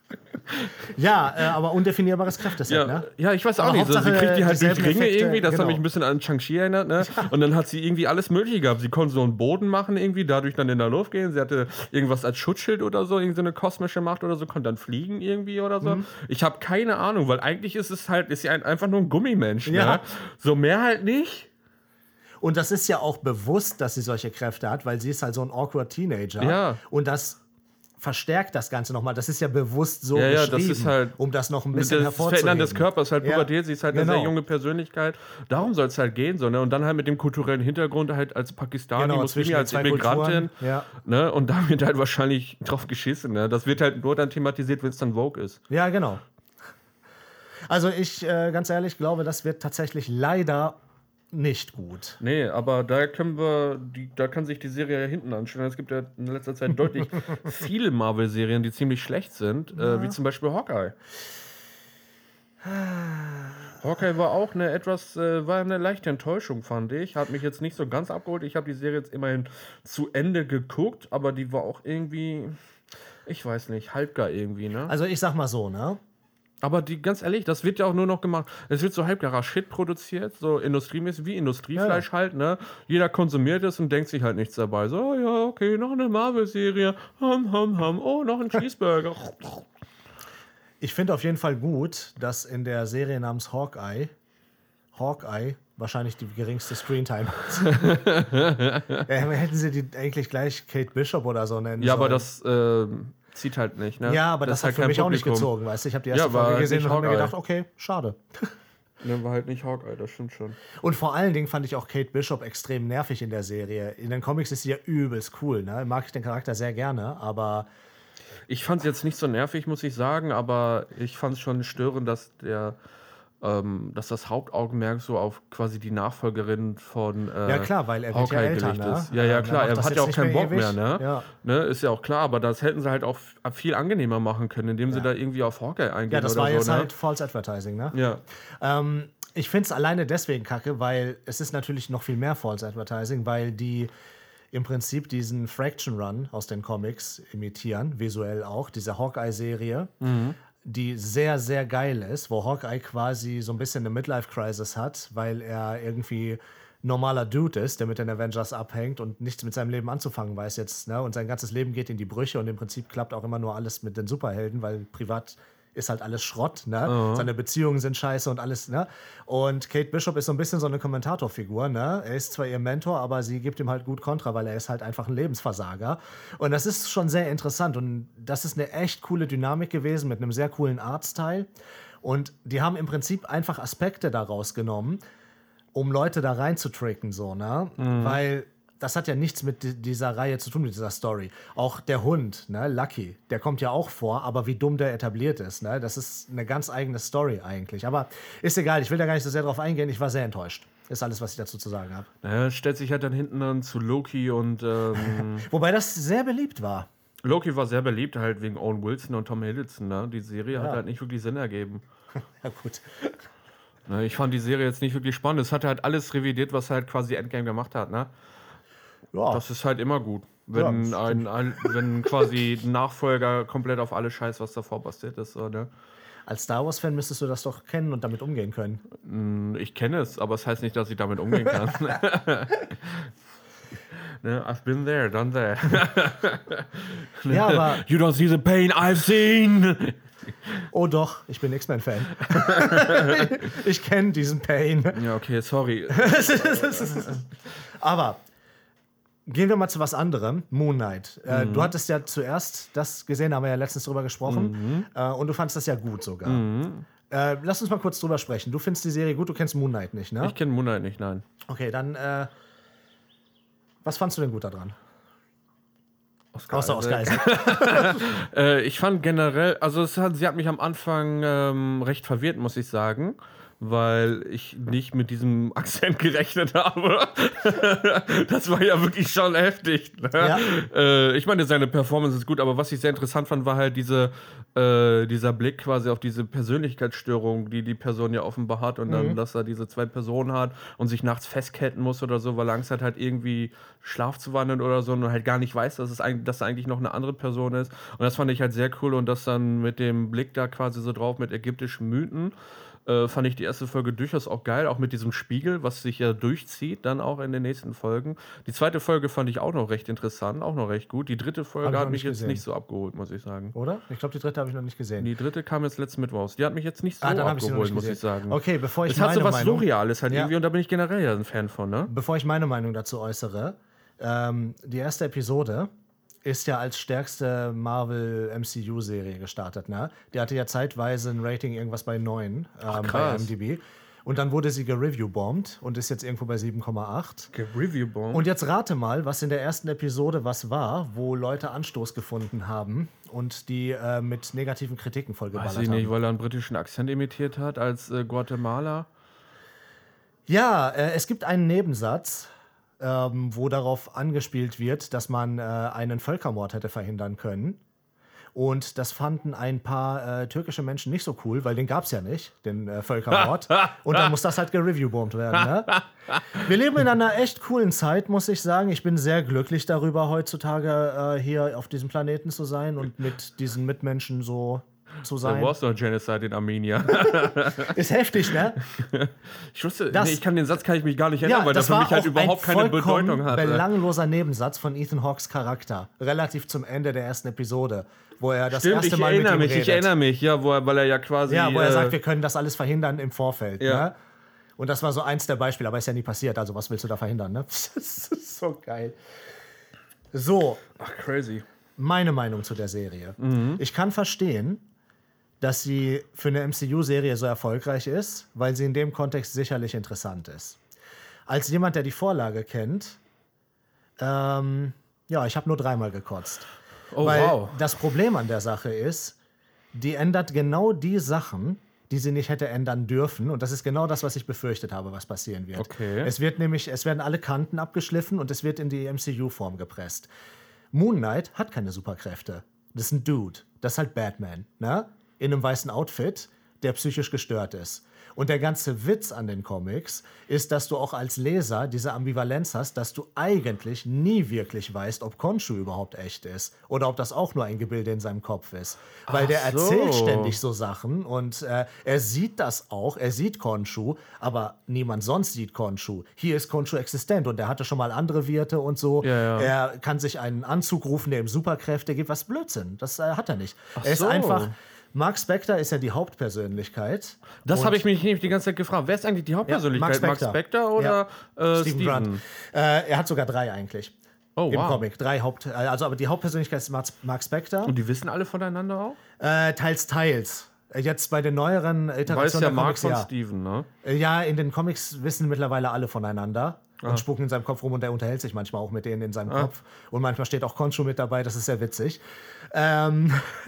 Speaker 4: ja, äh, aber undefinierbares Kraftset,
Speaker 3: Ja,
Speaker 4: ne?
Speaker 3: ja, ich weiß auch
Speaker 4: Aber
Speaker 3: nicht. So, sie
Speaker 4: Hauptsache,
Speaker 3: kriegt die halt durch
Speaker 4: dieselben
Speaker 3: Ringe
Speaker 4: Effekte,
Speaker 3: irgendwie, das hat
Speaker 4: genau.
Speaker 3: mich ein bisschen an Shang-Chi erinnert, ne? Und dann hat sie irgendwie alles Mögliche gehabt. Sie konnte so einen Boden machen, irgendwie, dadurch dann in der Luft gehen. Sie hatte irgendwas als Schutzschild oder so, irgendeine so eine kosmische Macht oder so, konnte dann fliegen irgendwie oder so.
Speaker 4: Mhm.
Speaker 3: Ich habe keine Ahnung, weil eigentlich ist es halt, ist sie ein, einfach nur ein Gummimensch, ne?
Speaker 4: Ja.
Speaker 3: So mehr halt nicht.
Speaker 4: Und das ist ja auch bewusst, dass sie solche Kräfte hat, weil sie ist halt so ein awkward Teenager.
Speaker 3: Ja.
Speaker 4: Und das verstärkt das Ganze nochmal. Das ist ja bewusst so
Speaker 3: Ja, ja, das
Speaker 4: geschrieben,
Speaker 3: ist halt-
Speaker 4: um das noch ein
Speaker 3: Das
Speaker 4: bisschen hervorzuheben.
Speaker 3: Verändern des Körpers, halt
Speaker 4: Ja,
Speaker 3: Pubertät, sie ist halt eine
Speaker 4: genau.
Speaker 3: sehr junge Persönlichkeit. Darum soll es halt gehen, so, ne? Und dann halt mit dem kulturellen Hintergrund halt als Pakistani,
Speaker 4: Genau, zwischen
Speaker 3: Muslimi,
Speaker 4: den
Speaker 3: als
Speaker 4: zwei
Speaker 3: Immigrantin.
Speaker 4: Kulturen, ja.
Speaker 3: Ne? Und da wird halt wahrscheinlich drauf geschissen, ne? Das wird halt nur dann thematisiert, wenn es dann Vogue ist.
Speaker 4: Ja, genau. Also ich, äh, ganz ehrlich, glaube, das wird tatsächlich leider nicht gut.
Speaker 3: Nee, aber da können wir, die, da kann sich die Serie ja hinten anstellen. Es gibt ja in letzter Zeit deutlich viele Marvel-Serien, die ziemlich schlecht sind, äh, wie zum Beispiel Hawkeye. Hawkeye war auch eine etwas, äh, war eine leichte Enttäuschung, fand ich. Hat mich jetzt nicht so ganz abgeholt. Ich habe die Serie jetzt immerhin zu Ende geguckt, aber die war auch irgendwie, ich weiß nicht, halbgar irgendwie, ne?
Speaker 4: Also ich sag mal so, ne?
Speaker 3: Aber die, ganz ehrlich, das wird ja auch nur noch gemacht. Es wird so halbgarer Shit produziert, so industriemäßig, wie Industriefleisch halt, ne? Jeder konsumiert es und denkt sich halt nichts dabei. So, oh ja, okay, noch eine Marvel-Serie. Ham, ham, ham. Oh, noch ein Cheeseburger.
Speaker 4: Ich finde auf jeden Fall gut, dass in der Serie namens Hawkeye, Hawkeye wahrscheinlich die geringste Screentime hat. ja, hätten sie die eigentlich gleich Kate Bishop oder so nennen
Speaker 3: ja, aber
Speaker 4: sollen.
Speaker 3: das ähm, zieht halt nicht, ne?
Speaker 4: Ja, aber das,
Speaker 3: ist
Speaker 4: hat für
Speaker 3: kein
Speaker 4: mich auch nicht
Speaker 3: Publikum.
Speaker 4: gezogen, weißt du? Ich habe die erste
Speaker 3: Ja, war
Speaker 4: Folge
Speaker 3: halt
Speaker 4: gesehen
Speaker 3: nicht
Speaker 4: und habe mir
Speaker 3: Hawkeye.
Speaker 4: gedacht, okay, schade.
Speaker 3: Ne, war halt nicht Hawkeye, das stimmt schon.
Speaker 4: Und vor allen Dingen fand ich auch Kate Bishop extrem nervig in der Serie. In den Comics ist sie ja übelst cool, ne? Mag ich den Charakter sehr gerne, aber
Speaker 3: Ich fand es jetzt nicht so nervig, muss ich sagen, aber ich fand es schon störend, dass der. Ähm, dass das Hauptaugenmerk so auf quasi die Nachfolgerin von äh,
Speaker 4: Ja, klar, weil er wird ja älter,
Speaker 3: gelegt
Speaker 4: ne?
Speaker 3: ist. Ja, ja,
Speaker 4: Dann
Speaker 3: klar,
Speaker 4: macht
Speaker 3: er
Speaker 4: das
Speaker 3: hat
Speaker 4: jetzt
Speaker 3: ja auch
Speaker 4: nicht
Speaker 3: keinen
Speaker 4: mehr
Speaker 3: Bock mehr,
Speaker 4: ewig.
Speaker 3: ne?
Speaker 4: Ja.
Speaker 3: ne? Ist ja auch klar, aber das hätten sie halt auch f- viel angenehmer machen können, indem sie da irgendwie auf Hawkeye eingehen
Speaker 4: ja, das
Speaker 3: oder
Speaker 4: war
Speaker 3: so,
Speaker 4: jetzt
Speaker 3: ne?
Speaker 4: halt False Advertising, ne?
Speaker 3: ja.
Speaker 4: Ähm, ich finde es alleine deswegen kacke, weil es ist natürlich noch viel mehr False Advertising, weil die im Prinzip diesen Fraction Run aus den Comics imitieren, visuell auch, diese Hawkeye-Serie, die sehr, sehr geil ist, wo Hawkeye quasi so ein bisschen eine Midlife-Crisis hat, weil er irgendwie normaler Dude ist, der mit den Avengers abhängt und nichts mit seinem Leben anzufangen weiß jetzt. Ne? Und sein ganzes Leben geht in die Brüche und im Prinzip klappt auch immer nur alles mit den Superhelden, weil privat ist halt alles Schrott, ne? Seine Beziehungen sind scheiße und alles, ne? Und Kate Bishop ist so ein bisschen so eine Kommentatorfigur, ne? Er ist zwar ihr Mentor, aber sie gibt ihm halt gut Kontra, weil er ist halt einfach ein Lebensversager. Und das ist schon sehr interessant und das ist eine echt coole Dynamik gewesen mit einem sehr coolen Arztteil. Und die haben im Prinzip einfach Aspekte daraus genommen, um Leute da reinzutricken, so, ne?
Speaker 3: Mhm.
Speaker 4: Weil das hat ja nichts mit di- dieser Reihe zu tun, mit dieser Story. Auch der Hund, ne, Lucky, der kommt ja auch vor, aber wie dumm der etabliert ist, ne? Das ist eine ganz eigene Story eigentlich. Aber ist egal, ich will da gar nicht so sehr drauf eingehen, ich war sehr enttäuscht. Ist alles, was ich dazu zu sagen habe.
Speaker 3: Naja, stellt sich halt dann hinten an zu Loki und ähm,
Speaker 4: Wobei das sehr beliebt war.
Speaker 3: Loki war sehr beliebt halt wegen Owen Wilson und Tom Hiddleston, ne? Die Serie hat
Speaker 4: Ja.
Speaker 3: halt nicht wirklich Sinn ergeben.
Speaker 4: Ja, gut.
Speaker 3: Ne, ich fand die Serie jetzt nicht wirklich spannend. Es hat halt alles revidiert, was halt quasi Endgame gemacht hat, ne?
Speaker 4: Ja.
Speaker 3: Das ist halt immer gut. Wenn,
Speaker 4: Ja,
Speaker 3: ein, ein, wenn quasi ein Nachfolger komplett auf alles scheißt, was davor passiert ist. So, ne?
Speaker 4: Als Star Wars-Fan müsstest du das doch kennen und damit umgehen können.
Speaker 3: Ich kenne es, aber es heißt nicht, dass ich damit umgehen kann. ne? I've been there, done there.
Speaker 4: Ja, aber,
Speaker 3: You don't see the pain I've seen.
Speaker 4: oh doch, ich bin X-Men-Fan. ich kenne diesen Pain.
Speaker 3: Ja, okay, sorry.
Speaker 4: Aber gehen wir mal zu was anderem. Moon Knight. Äh, du hattest ja zuerst das gesehen, da haben wir ja letztens drüber gesprochen. Äh, und du fandest das ja gut sogar. Äh, lass uns mal kurz drüber sprechen. Du findest die Serie gut, du kennst Moon Knight nicht, ne?
Speaker 3: Ich kenne Moonlight nicht, nein.
Speaker 4: Okay, dann. Äh, was fandst du denn gut daran? Äh,
Speaker 3: Oscar
Speaker 4: Außer Oscar
Speaker 3: Isaac.
Speaker 4: Isaac.
Speaker 3: Äh, ich fand generell, also es hat, sie hat mich am Anfang ähm, recht verwirrt, muss ich sagen. weil ich nicht mit diesem Akzent gerechnet habe. das war ja wirklich schon heftig. Ne?
Speaker 4: Ja.
Speaker 3: Äh, ich meine, seine Performance ist gut, aber was ich sehr interessant fand, war halt diese, äh, dieser Blick quasi auf diese Persönlichkeitsstörung, die die Person ja offenbar hat und dann, dass er diese zwei Personen hat und sich nachts festketten muss oder so, weil er Angst hat, halt irgendwie Schlaf zu wandeln oder so und halt gar nicht weiß, dass es eigentlich, dass er eigentlich noch eine andere Person ist. Und das fand ich halt sehr cool und das dann mit dem Blick da quasi so drauf mit ägyptischen Mythen äh, fand ich die erste Folge durchaus auch geil, auch mit diesem Spiegel, was sich ja durchzieht, dann auch in den nächsten Folgen. Die zweite Folge fand ich auch noch recht interessant, auch noch recht gut. Die dritte
Speaker 4: Hab ich
Speaker 3: Folge
Speaker 4: noch
Speaker 3: hat mich
Speaker 4: nicht
Speaker 3: jetzt
Speaker 4: gesehen.
Speaker 3: nicht so abgeholt, muss ich sagen.
Speaker 4: Oder? Ich glaube, die dritte habe ich noch nicht gesehen.
Speaker 3: Die dritte kam jetzt letzten Mittwoch raus. Die hat mich jetzt nicht so
Speaker 4: ah, dann habe ich sie noch
Speaker 3: abgeholt,
Speaker 4: nicht
Speaker 3: muss
Speaker 4: gesehen.
Speaker 3: ich sagen.
Speaker 4: Okay, bevor ich
Speaker 3: es hat so
Speaker 4: meine
Speaker 3: was
Speaker 4: Meinung,
Speaker 3: Surreales halt
Speaker 4: Ja.
Speaker 3: irgendwie und da bin ich generell ja ein Fan von, ne?
Speaker 4: bevor ich meine Meinung dazu äußere, ähm, die erste Episode ist ja als stärkste Marvel MCU-Serie gestartet. Ne? Die hatte ja zeitweise ein Rating irgendwas bei 9 ähm, bei
Speaker 3: krass.
Speaker 4: MDB. Und dann wurde sie gereview-bombt und ist jetzt irgendwo bei 7,8.
Speaker 3: Review Bomb.
Speaker 4: Und jetzt rate mal, was in der ersten Episode was war, wo Leute Anstoß gefunden haben und die äh, mit negativen Kritiken vollgeballert
Speaker 3: Weiß ich nicht,
Speaker 4: haben.
Speaker 3: weil er einen britischen Akzent imitiert hat als äh, Guatemala.
Speaker 4: Ja, äh, es gibt einen Nebensatz, ähm, wo darauf angespielt wird, dass man äh, einen Völkermord hätte verhindern können. Und das fanden ein paar äh, türkische Menschen nicht so cool, weil den gab es ja nicht, den äh, Völkermord. Und dann muss das halt gereviewbombt werden. Ne? Wir leben in einer echt coolen Zeit, muss ich sagen. Ich bin sehr glücklich darüber, heutzutage äh, hier auf diesem Planeten zu sein und mit diesen Mitmenschen so zu
Speaker 3: There
Speaker 4: sein.
Speaker 3: was no genocide in Armenia.
Speaker 4: Ist heftig, ne?
Speaker 3: Ich wusste,
Speaker 4: Das-
Speaker 3: nee, ich kann den Satz kann ich mich gar nicht erinnern, weil das für mich halt überhaupt keine
Speaker 4: vollkommen
Speaker 3: Bedeutung hatte.
Speaker 4: belangloser Nebensatz von Ethan Hawkes Charakter, relativ zum Ende der ersten Episode, wo er das
Speaker 3: Stimmt,
Speaker 4: erste
Speaker 3: ich
Speaker 4: Mal mit
Speaker 3: erinnere
Speaker 4: ihm
Speaker 3: mich,
Speaker 4: redet.
Speaker 3: ich erinnere mich, ja, wo er, weil er ja quasi.
Speaker 4: ja, wo er
Speaker 3: äh,
Speaker 4: sagt, wir können das alles verhindern im Vorfeld.
Speaker 3: Ja.
Speaker 4: Ne? Und das war so eins der Beispiele, aber ist ja nie passiert. Also was willst du da verhindern? Ne? das ist so geil. So,
Speaker 3: ach, crazy.
Speaker 4: meine Meinung zu der Serie.
Speaker 3: Mhm.
Speaker 4: Ich kann verstehen, dass sie für eine MCU-Serie so erfolgreich ist, weil sie in dem Kontext sicherlich interessant ist. Als jemand, der die Vorlage kennt, ähm, ja, ich habe nur dreimal gekotzt.
Speaker 3: Oh,
Speaker 4: weil
Speaker 3: wow.
Speaker 4: das Problem an der Sache ist, die ändert genau die Sachen, die sie nicht hätte ändern dürfen. Und das ist genau das, was ich befürchtet habe, was passieren wird.
Speaker 3: Okay.
Speaker 4: Es wird nämlich, es werden alle Kanten abgeschliffen und es wird in die MCU-Form gepresst. Moon Knight hat keine Superkräfte. Das ist ein Dude. Das ist halt Batman, ne? In einem weißen Outfit, der psychisch gestört ist. Und der ganze Witz an den Comics ist, dass du auch als Leser diese Ambivalenz hast, dass du eigentlich nie wirklich weißt, ob Konshu überhaupt echt ist oder ob das auch nur ein Gebilde in seinem Kopf ist. Weil der
Speaker 3: Ach so.
Speaker 4: erzählt ständig so Sachen und äh, er sieht das auch, er sieht Konshu, aber niemand sonst sieht Konshu. Hier ist Konshu existent und er hatte schon mal andere Wirte und so.
Speaker 3: Ja, ja.
Speaker 4: Er kann sich einen Anzug rufen, der ihm Superkräfte gibt. Was Blödsinn. Das äh, hat er nicht. er ist
Speaker 3: so.
Speaker 4: einfach. Mark Spector ist ja die Hauptpersönlichkeit.
Speaker 3: Das
Speaker 4: Und-
Speaker 3: habe ich mich nämlich die ganze Zeit gefragt. Wer ist eigentlich die Hauptpersönlichkeit?
Speaker 4: Ja, Mark
Speaker 3: Max
Speaker 4: Spector.
Speaker 3: Spector oder äh,
Speaker 4: Steven
Speaker 3: Steven?
Speaker 4: Grant. Äh, er hat sogar drei eigentlich.
Speaker 3: Oh,
Speaker 4: Im
Speaker 3: wow.
Speaker 4: Comic. Drei Haupt. äh, Also, aber die Hauptpersönlichkeit ist Mar- Mark Spector.
Speaker 3: Und die wissen alle voneinander auch?
Speaker 4: Äh, teils, teils. Äh, Jetzt bei den neueren
Speaker 3: Weiß
Speaker 4: Iterationen
Speaker 3: ja Mark
Speaker 4: Comics,
Speaker 3: von
Speaker 4: ja.
Speaker 3: Steven, ne?
Speaker 4: Äh, Ja, in den Comics wissen mittlerweile alle voneinander und spucken in seinem Kopf rum und er unterhält sich manchmal auch mit denen in seinem Kopf. Und manchmal steht auch Konshu mit dabei, das ist sehr witzig. Ähm,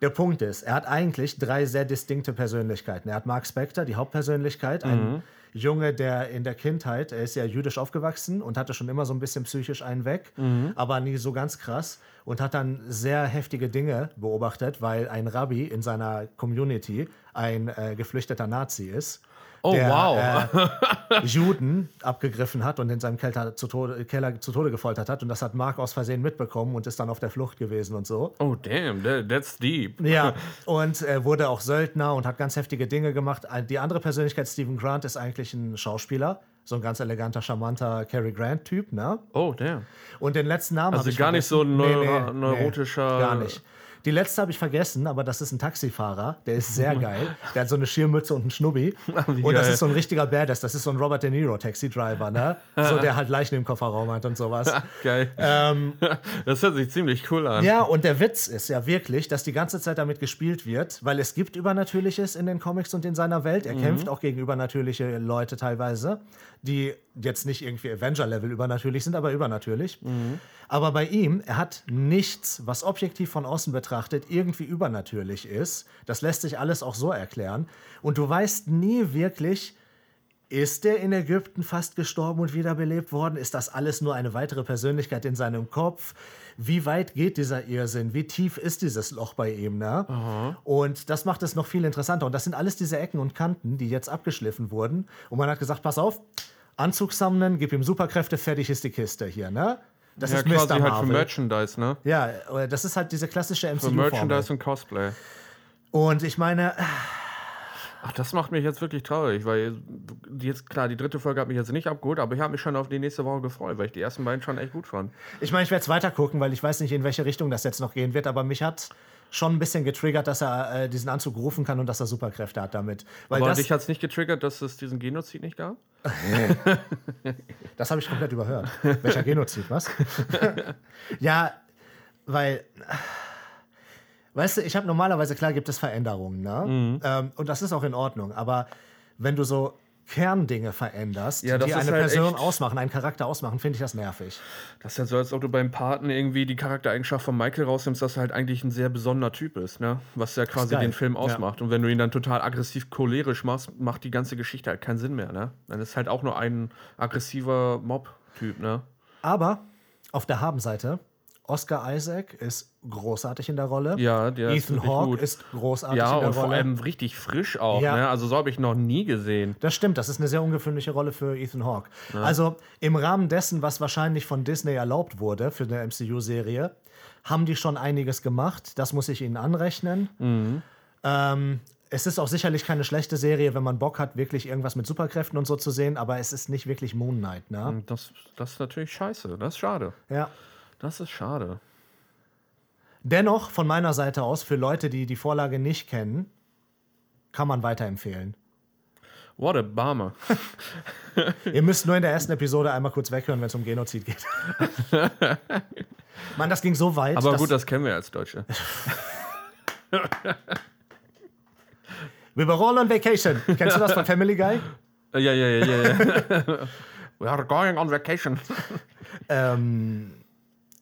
Speaker 4: der Punkt ist, er hat eigentlich drei sehr distinkte Persönlichkeiten. Er hat Mark Spector, die Hauptpersönlichkeit, ein Junge, der in der Kindheit, er ist ja jüdisch aufgewachsen und hatte schon immer so ein bisschen psychisch einen weg, aber nie so ganz krass und hat dann sehr heftige Dinge beobachtet, weil ein Rabbi in seiner Community ein äh, geflüchteter Nazi ist
Speaker 3: Oh,
Speaker 4: der,
Speaker 3: wow.
Speaker 4: Äh, Juden abgegriffen hat und in seinem Keller zu, Tode, äh, Keller zu Tode gefoltert hat. Und das hat Mark aus Versehen mitbekommen und ist dann auf der Flucht gewesen und so.
Speaker 3: oh, damn, that, that's deep.
Speaker 4: Ja, und er wurde auch Söldner und hat ganz heftige Dinge gemacht. Ein- Die andere Persönlichkeit, Stephen Grant, ist eigentlich ein Schauspieler. So ein ganz eleganter, charmanter Cary Grant-Typ, ne?
Speaker 3: Oh, damn.
Speaker 4: Und den letzten Namen
Speaker 3: Also
Speaker 4: hab ich
Speaker 3: gar nicht
Speaker 4: vergessen.
Speaker 3: so ein neuro- neurotischer-
Speaker 4: Gar nicht. Die letzte habe ich vergessen, aber das ist ein Taxifahrer. Der ist sehr geil. Der hat so eine Schirmmütze und einen Schnubbi.
Speaker 3: wie
Speaker 4: und das
Speaker 3: geil.
Speaker 4: ist so ein richtiger Badass. Das ist so ein Robert De Niro Taxi-Driver, ne? So, der halt Leichen im Kofferraum hat und sowas.
Speaker 3: Geil.
Speaker 4: ähm,
Speaker 3: das hört sich ziemlich cool an.
Speaker 4: ja, und der Witz ist ja wirklich, dass die ganze Zeit damit gespielt wird, weil es gibt Übernatürliches in den Comics und in seiner Welt. Er kämpft auch gegen übernatürliche Leute teilweise, die jetzt nicht irgendwie Avenger-Level übernatürlich sind, aber übernatürlich. Aber bei ihm, er hat nichts, was objektiv von außen betrachtet irgendwie übernatürlich ist. Das lässt sich alles auch so erklären. Und du weißt nie wirklich, ist er in Ägypten fast gestorben und wiederbelebt worden? Ist das alles nur eine weitere Persönlichkeit in seinem Kopf? Wie weit geht dieser Irrsinn? Wie tief ist dieses Loch bei ihm? Ne? Und das macht es noch viel interessanter. Und das sind alles diese Ecken und Kanten, die jetzt abgeschliffen wurden. Und man hat gesagt, pass auf, Anzug sammeln, gib ihm Superkräfte, fertig ist die Kiste hier. Ne? Das
Speaker 3: Ja,
Speaker 4: ist
Speaker 3: quasi
Speaker 4: Mr.
Speaker 3: halt für
Speaker 4: Marvel.
Speaker 3: Merchandise, ne?
Speaker 4: ja, äh, das ist halt diese klassische
Speaker 3: Für
Speaker 4: MCU-Formel.
Speaker 3: Merchandise und Cosplay.
Speaker 4: Und ich meine,
Speaker 3: Ach, das macht mich jetzt wirklich traurig, weil jetzt, klar, die dritte Folge hat mich jetzt nicht abgeholt, aber ich habe mich schon auf die nächste Woche gefreut, weil ich die ersten beiden schon echt gut fand.
Speaker 4: Ich meine, ich werde es weiter gucken, weil ich weiß nicht, in welche Richtung das jetzt noch gehen wird, aber mich hat schon ein bisschen getriggert, dass er äh, diesen Anzug rufen kann und dass er Superkräfte hat damit. Weil
Speaker 3: Aber
Speaker 4: das,
Speaker 3: dich hat es nicht getriggert, dass es diesen Genozid nicht gab?
Speaker 4: das habe ich komplett überhört. Welcher Genozid, was? ja, weil. Weißt du, ich habe normalerweise, klar gibt es Veränderungen, ne?
Speaker 3: Mhm.
Speaker 4: Ähm, und das ist auch in Ordnung, aber wenn du so Kerndinge veränderst,
Speaker 3: Ja, das
Speaker 4: die
Speaker 3: ist
Speaker 4: eine
Speaker 3: halt
Speaker 4: Person
Speaker 3: echt-
Speaker 4: ausmachen, einen Charakter ausmachen, finde ich das nervig.
Speaker 3: Das ist ja so, als ob du beim Paten irgendwie die Charaktereigenschaft von Michael rausnimmst, dass er halt eigentlich ein sehr besonderer Typ ist, ne? Was ja quasi
Speaker 4: geil.
Speaker 3: den Film ausmacht. Und wenn du ihn dann total aggressiv cholerisch machst, macht die ganze Geschichte halt keinen Sinn mehr, ne? Dann ist halt auch nur ein aggressiver Mob-Typ, ne?
Speaker 4: Aber auf der Habenseite, Oscar Isaac ist großartig in der Rolle.
Speaker 3: Ja, der ist
Speaker 4: Ethan
Speaker 3: wirklich
Speaker 4: Hawke
Speaker 3: gut.
Speaker 4: ist großartig
Speaker 3: Ja,
Speaker 4: in der
Speaker 3: und
Speaker 4: Rolle.
Speaker 3: vor allem richtig frisch auch,
Speaker 4: Ja.
Speaker 3: ne? Also so habe ich noch nie gesehen.
Speaker 4: das stimmt, das ist eine sehr ungewöhnliche Rolle für Ethan Hawke. Also im Rahmen dessen, was wahrscheinlich von Disney erlaubt wurde für eine MCU-Serie, haben die schon einiges gemacht. Das muss ich ihnen anrechnen.
Speaker 3: Mhm.
Speaker 4: Ähm, es ist auch sicherlich keine schlechte Serie, wenn man Bock hat, wirklich irgendwas mit Superkräften und so zu sehen, aber es ist nicht wirklich Moon Knight, ne?
Speaker 3: Und das, das ist natürlich scheiße. Das ist schade.
Speaker 4: Ja.
Speaker 3: Das ist schade.
Speaker 4: Dennoch, von meiner Seite aus, für Leute, die die Vorlage nicht kennen, kann man weiterempfehlen.
Speaker 3: What a bummer.
Speaker 4: Ihr müsst nur in der ersten Episode einmal kurz weghören, wenn es um Genozid geht. Mann, das ging so weit.
Speaker 3: Aber
Speaker 4: dass
Speaker 3: gut, das kennen wir als Deutsche.
Speaker 4: We were all on vacation. Kennst du das von Family Guy?
Speaker 3: Äh, Ja, ja, ja, ja. ja. We are going on vacation.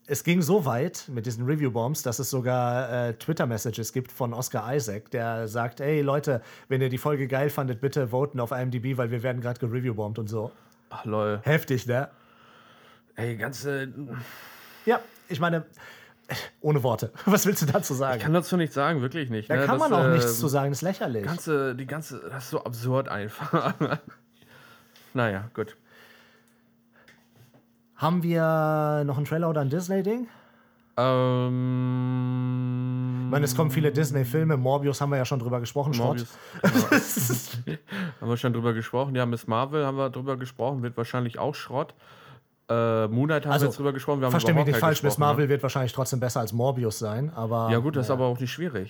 Speaker 4: Es ging so weit mit diesen Review-Bombs, dass es sogar äh, Twitter-Messages gibt von Oscar Isaac, der sagt, ey Leute, wenn ihr die Folge geil fandet, bitte voten auf IMDb, weil wir werden gerade gereview-bombt und so.
Speaker 3: Ach, lol.
Speaker 4: Heftig, ne?
Speaker 3: Ey, ganze.
Speaker 4: Ja, ich meine, äh, ohne Worte. Was willst du dazu sagen?
Speaker 3: Kann dazu nichts sagen, wirklich nicht.
Speaker 4: Da
Speaker 3: ne?
Speaker 4: kann
Speaker 3: Das,
Speaker 4: man auch
Speaker 3: äh,
Speaker 4: nichts zu sagen, ist lächerlich.
Speaker 3: Ganze, die ganze. Das ist so absurd einfach. naja, gut.
Speaker 4: Haben wir noch einen Trailer oder ein Disney-Ding? Ich
Speaker 3: Ähm.
Speaker 4: meine, es kommen viele Disney-Filme. Morbius haben wir ja schon drüber gesprochen. Schrott.
Speaker 3: Morbius. haben wir schon drüber gesprochen. Ja, Miss Marvel haben wir drüber gesprochen, wird wahrscheinlich auch Schrott. Äh, Moonlight haben
Speaker 4: Also,
Speaker 3: wir jetzt drüber gesprochen. Wir haben
Speaker 4: Versteh
Speaker 3: über
Speaker 4: mich nicht
Speaker 3: Hawkeye
Speaker 4: falsch, Miss
Speaker 3: gesprochen, ne?
Speaker 4: Marvel wird wahrscheinlich trotzdem besser als Morbius sein, aber
Speaker 3: Ja, gut, das ist aber auch nicht schwierig.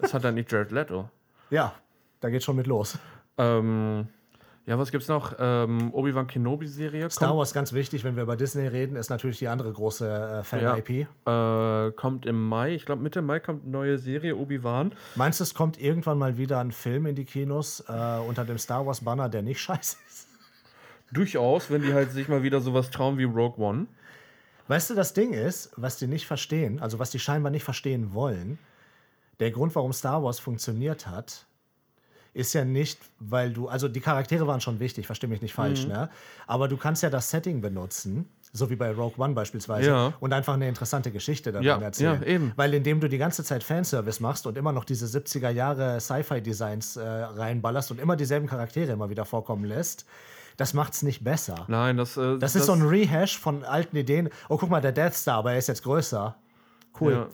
Speaker 3: Das hat dann nicht Jared Leto.
Speaker 4: ja, da geht schon mit los.
Speaker 3: Ähm, ja, was gibt's noch? Ähm, Obi-Wan Kenobi-Serie
Speaker 4: Star
Speaker 3: kommt,
Speaker 4: Wars, ganz wichtig, wenn wir über Disney reden, ist natürlich die andere große äh, Fan-IP.
Speaker 3: äh, kommt im Mai. Ich glaube, Mitte Mai kommt eine neue Serie, Obi-Wan.
Speaker 4: Meinst du, es kommt irgendwann mal wieder ein Film in die Kinos äh, unter dem Star Wars-Banner, der nicht scheiße ist?
Speaker 3: Durchaus, wenn die halt sich mal wieder sowas trauen wie Rogue One.
Speaker 4: Weißt du, das Ding ist, was die nicht verstehen, also was die scheinbar nicht verstehen wollen, der Grund, warum Star Wars funktioniert hat, ist ja nicht, weil du, also die Charaktere waren schon wichtig, verstehe mich nicht falsch,
Speaker 3: Mhm.
Speaker 4: ne? Aber du kannst ja das Setting benutzen, so wie bei Rogue One beispielsweise,
Speaker 3: Ja.
Speaker 4: und einfach eine interessante Geschichte darin
Speaker 3: Ja,
Speaker 4: erzählen.
Speaker 3: ja, eben.
Speaker 4: Weil indem du die ganze Zeit Fanservice machst und immer noch diese 70er Jahre Sci-Fi-Designs äh, reinballerst und immer dieselben Charaktere immer wieder vorkommen lässt, das macht's nicht besser.
Speaker 3: Nein, das, äh,
Speaker 4: Das, ist so ein Rehash von alten Ideen. Oh, guck mal, der Death Star, aber er ist jetzt größer. Cool.
Speaker 3: Ja.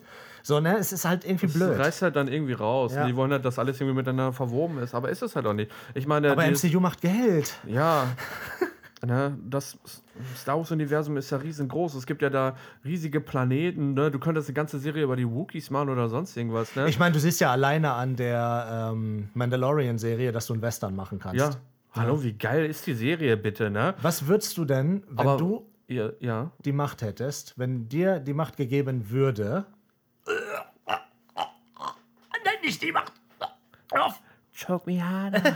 Speaker 4: So, ne? Es ist halt irgendwie
Speaker 3: Das
Speaker 4: blöd.
Speaker 3: reißt halt dann irgendwie raus.
Speaker 4: Ja.
Speaker 3: Die wollen halt, dass alles irgendwie miteinander verwoben ist. Aber ist es halt auch nicht. Ich meine,
Speaker 4: Aber
Speaker 3: die-
Speaker 4: MCU macht Geld.
Speaker 3: Ja. Ne, das S- Star Wars-Universum ist ja riesengroß. Es gibt ja da riesige Planeten. Ne? Du könntest eine ganze Serie über die Wookiees machen oder sonst irgendwas. Ne?
Speaker 4: Ich meine, du siehst ja alleine an der ähm, Mandalorian-Serie, dass du einen Western machen kannst.
Speaker 3: ja. Hallo, wie geil ist die Serie bitte, ne?
Speaker 4: Was würdest du denn, wenn
Speaker 3: Aber
Speaker 4: du
Speaker 3: Ja, ja.
Speaker 4: die Macht hättest, wenn dir die Macht gegeben würde?
Speaker 3: Choke me hard.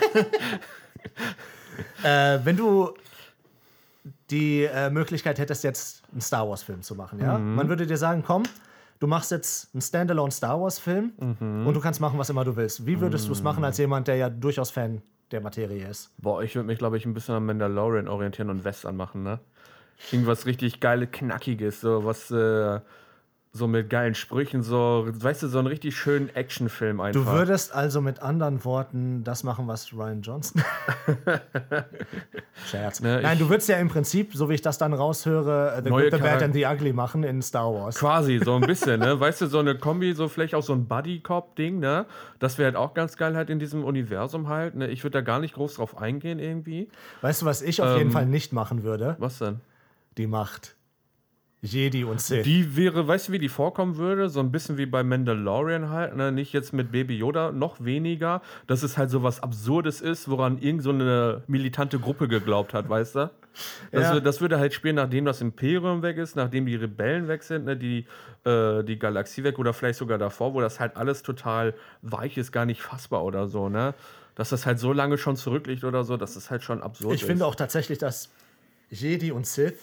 Speaker 4: Äh, wenn du die äh, Möglichkeit hättest, jetzt einen Star Wars-Film zu machen. Ja?
Speaker 3: Mhm.
Speaker 4: Man würde dir sagen, komm, du machst jetzt einen Standalone Star Wars-Film
Speaker 3: Mhm.
Speaker 4: und du kannst machen, was immer du willst. Wie würdest du es machen als jemand, der ja durchaus Fan der Materie ist?
Speaker 3: Boah, ich würde mich, glaube ich, ein bisschen am Mandalorian orientieren und West anmachen, ne? Irgendwas richtig geile, knackiges, so was äh, so mit geilen Sprüchen, so, weißt du, so einen richtig schönen Actionfilm einfach.
Speaker 4: Du würdest also mit anderen Worten das machen, was Ryan Johnson. Scherz.
Speaker 3: Ne,
Speaker 4: Nein,
Speaker 3: ich-
Speaker 4: du würdest ja im Prinzip, so wie ich das dann raushöre, äh, The
Speaker 3: Neue
Speaker 4: Good, The Bad
Speaker 3: Charak-
Speaker 4: and the Ugly machen in Star Wars.
Speaker 3: Quasi, so ein bisschen, ne? Weißt du, so eine Kombi, so vielleicht auch so ein Buddy-Cop-Ding, ne? Das wäre halt auch ganz geil halt in diesem Universum halt, ne? Ich würde da gar nicht groß drauf eingehen irgendwie.
Speaker 4: Weißt du, was ich auf jeden
Speaker 3: Ähm,
Speaker 4: Fall nicht machen würde?
Speaker 3: Was denn?
Speaker 4: Die Macht. Jedi und Sith.
Speaker 3: Die wäre, weißt du, wie die vorkommen würde? So ein bisschen wie bei Mandalorian halt, ne? Nicht jetzt mit Baby Yoda, noch weniger, dass es halt so was Absurdes ist, woran irgend so eine militante Gruppe geglaubt hat, weißt du? Das,
Speaker 4: Ja.
Speaker 3: wür- das würde halt spielen, nachdem das Imperium weg ist, nachdem die Rebellen weg sind, ne, die, äh, die Galaxie weg oder vielleicht sogar davor, wo das halt alles total weich ist, gar nicht fassbar oder so, ne? Dass das halt so lange schon zurückliegt oder so, das ist halt schon absurd.
Speaker 4: Ich
Speaker 3: ist.
Speaker 4: finde auch tatsächlich, dass Jedi und Sith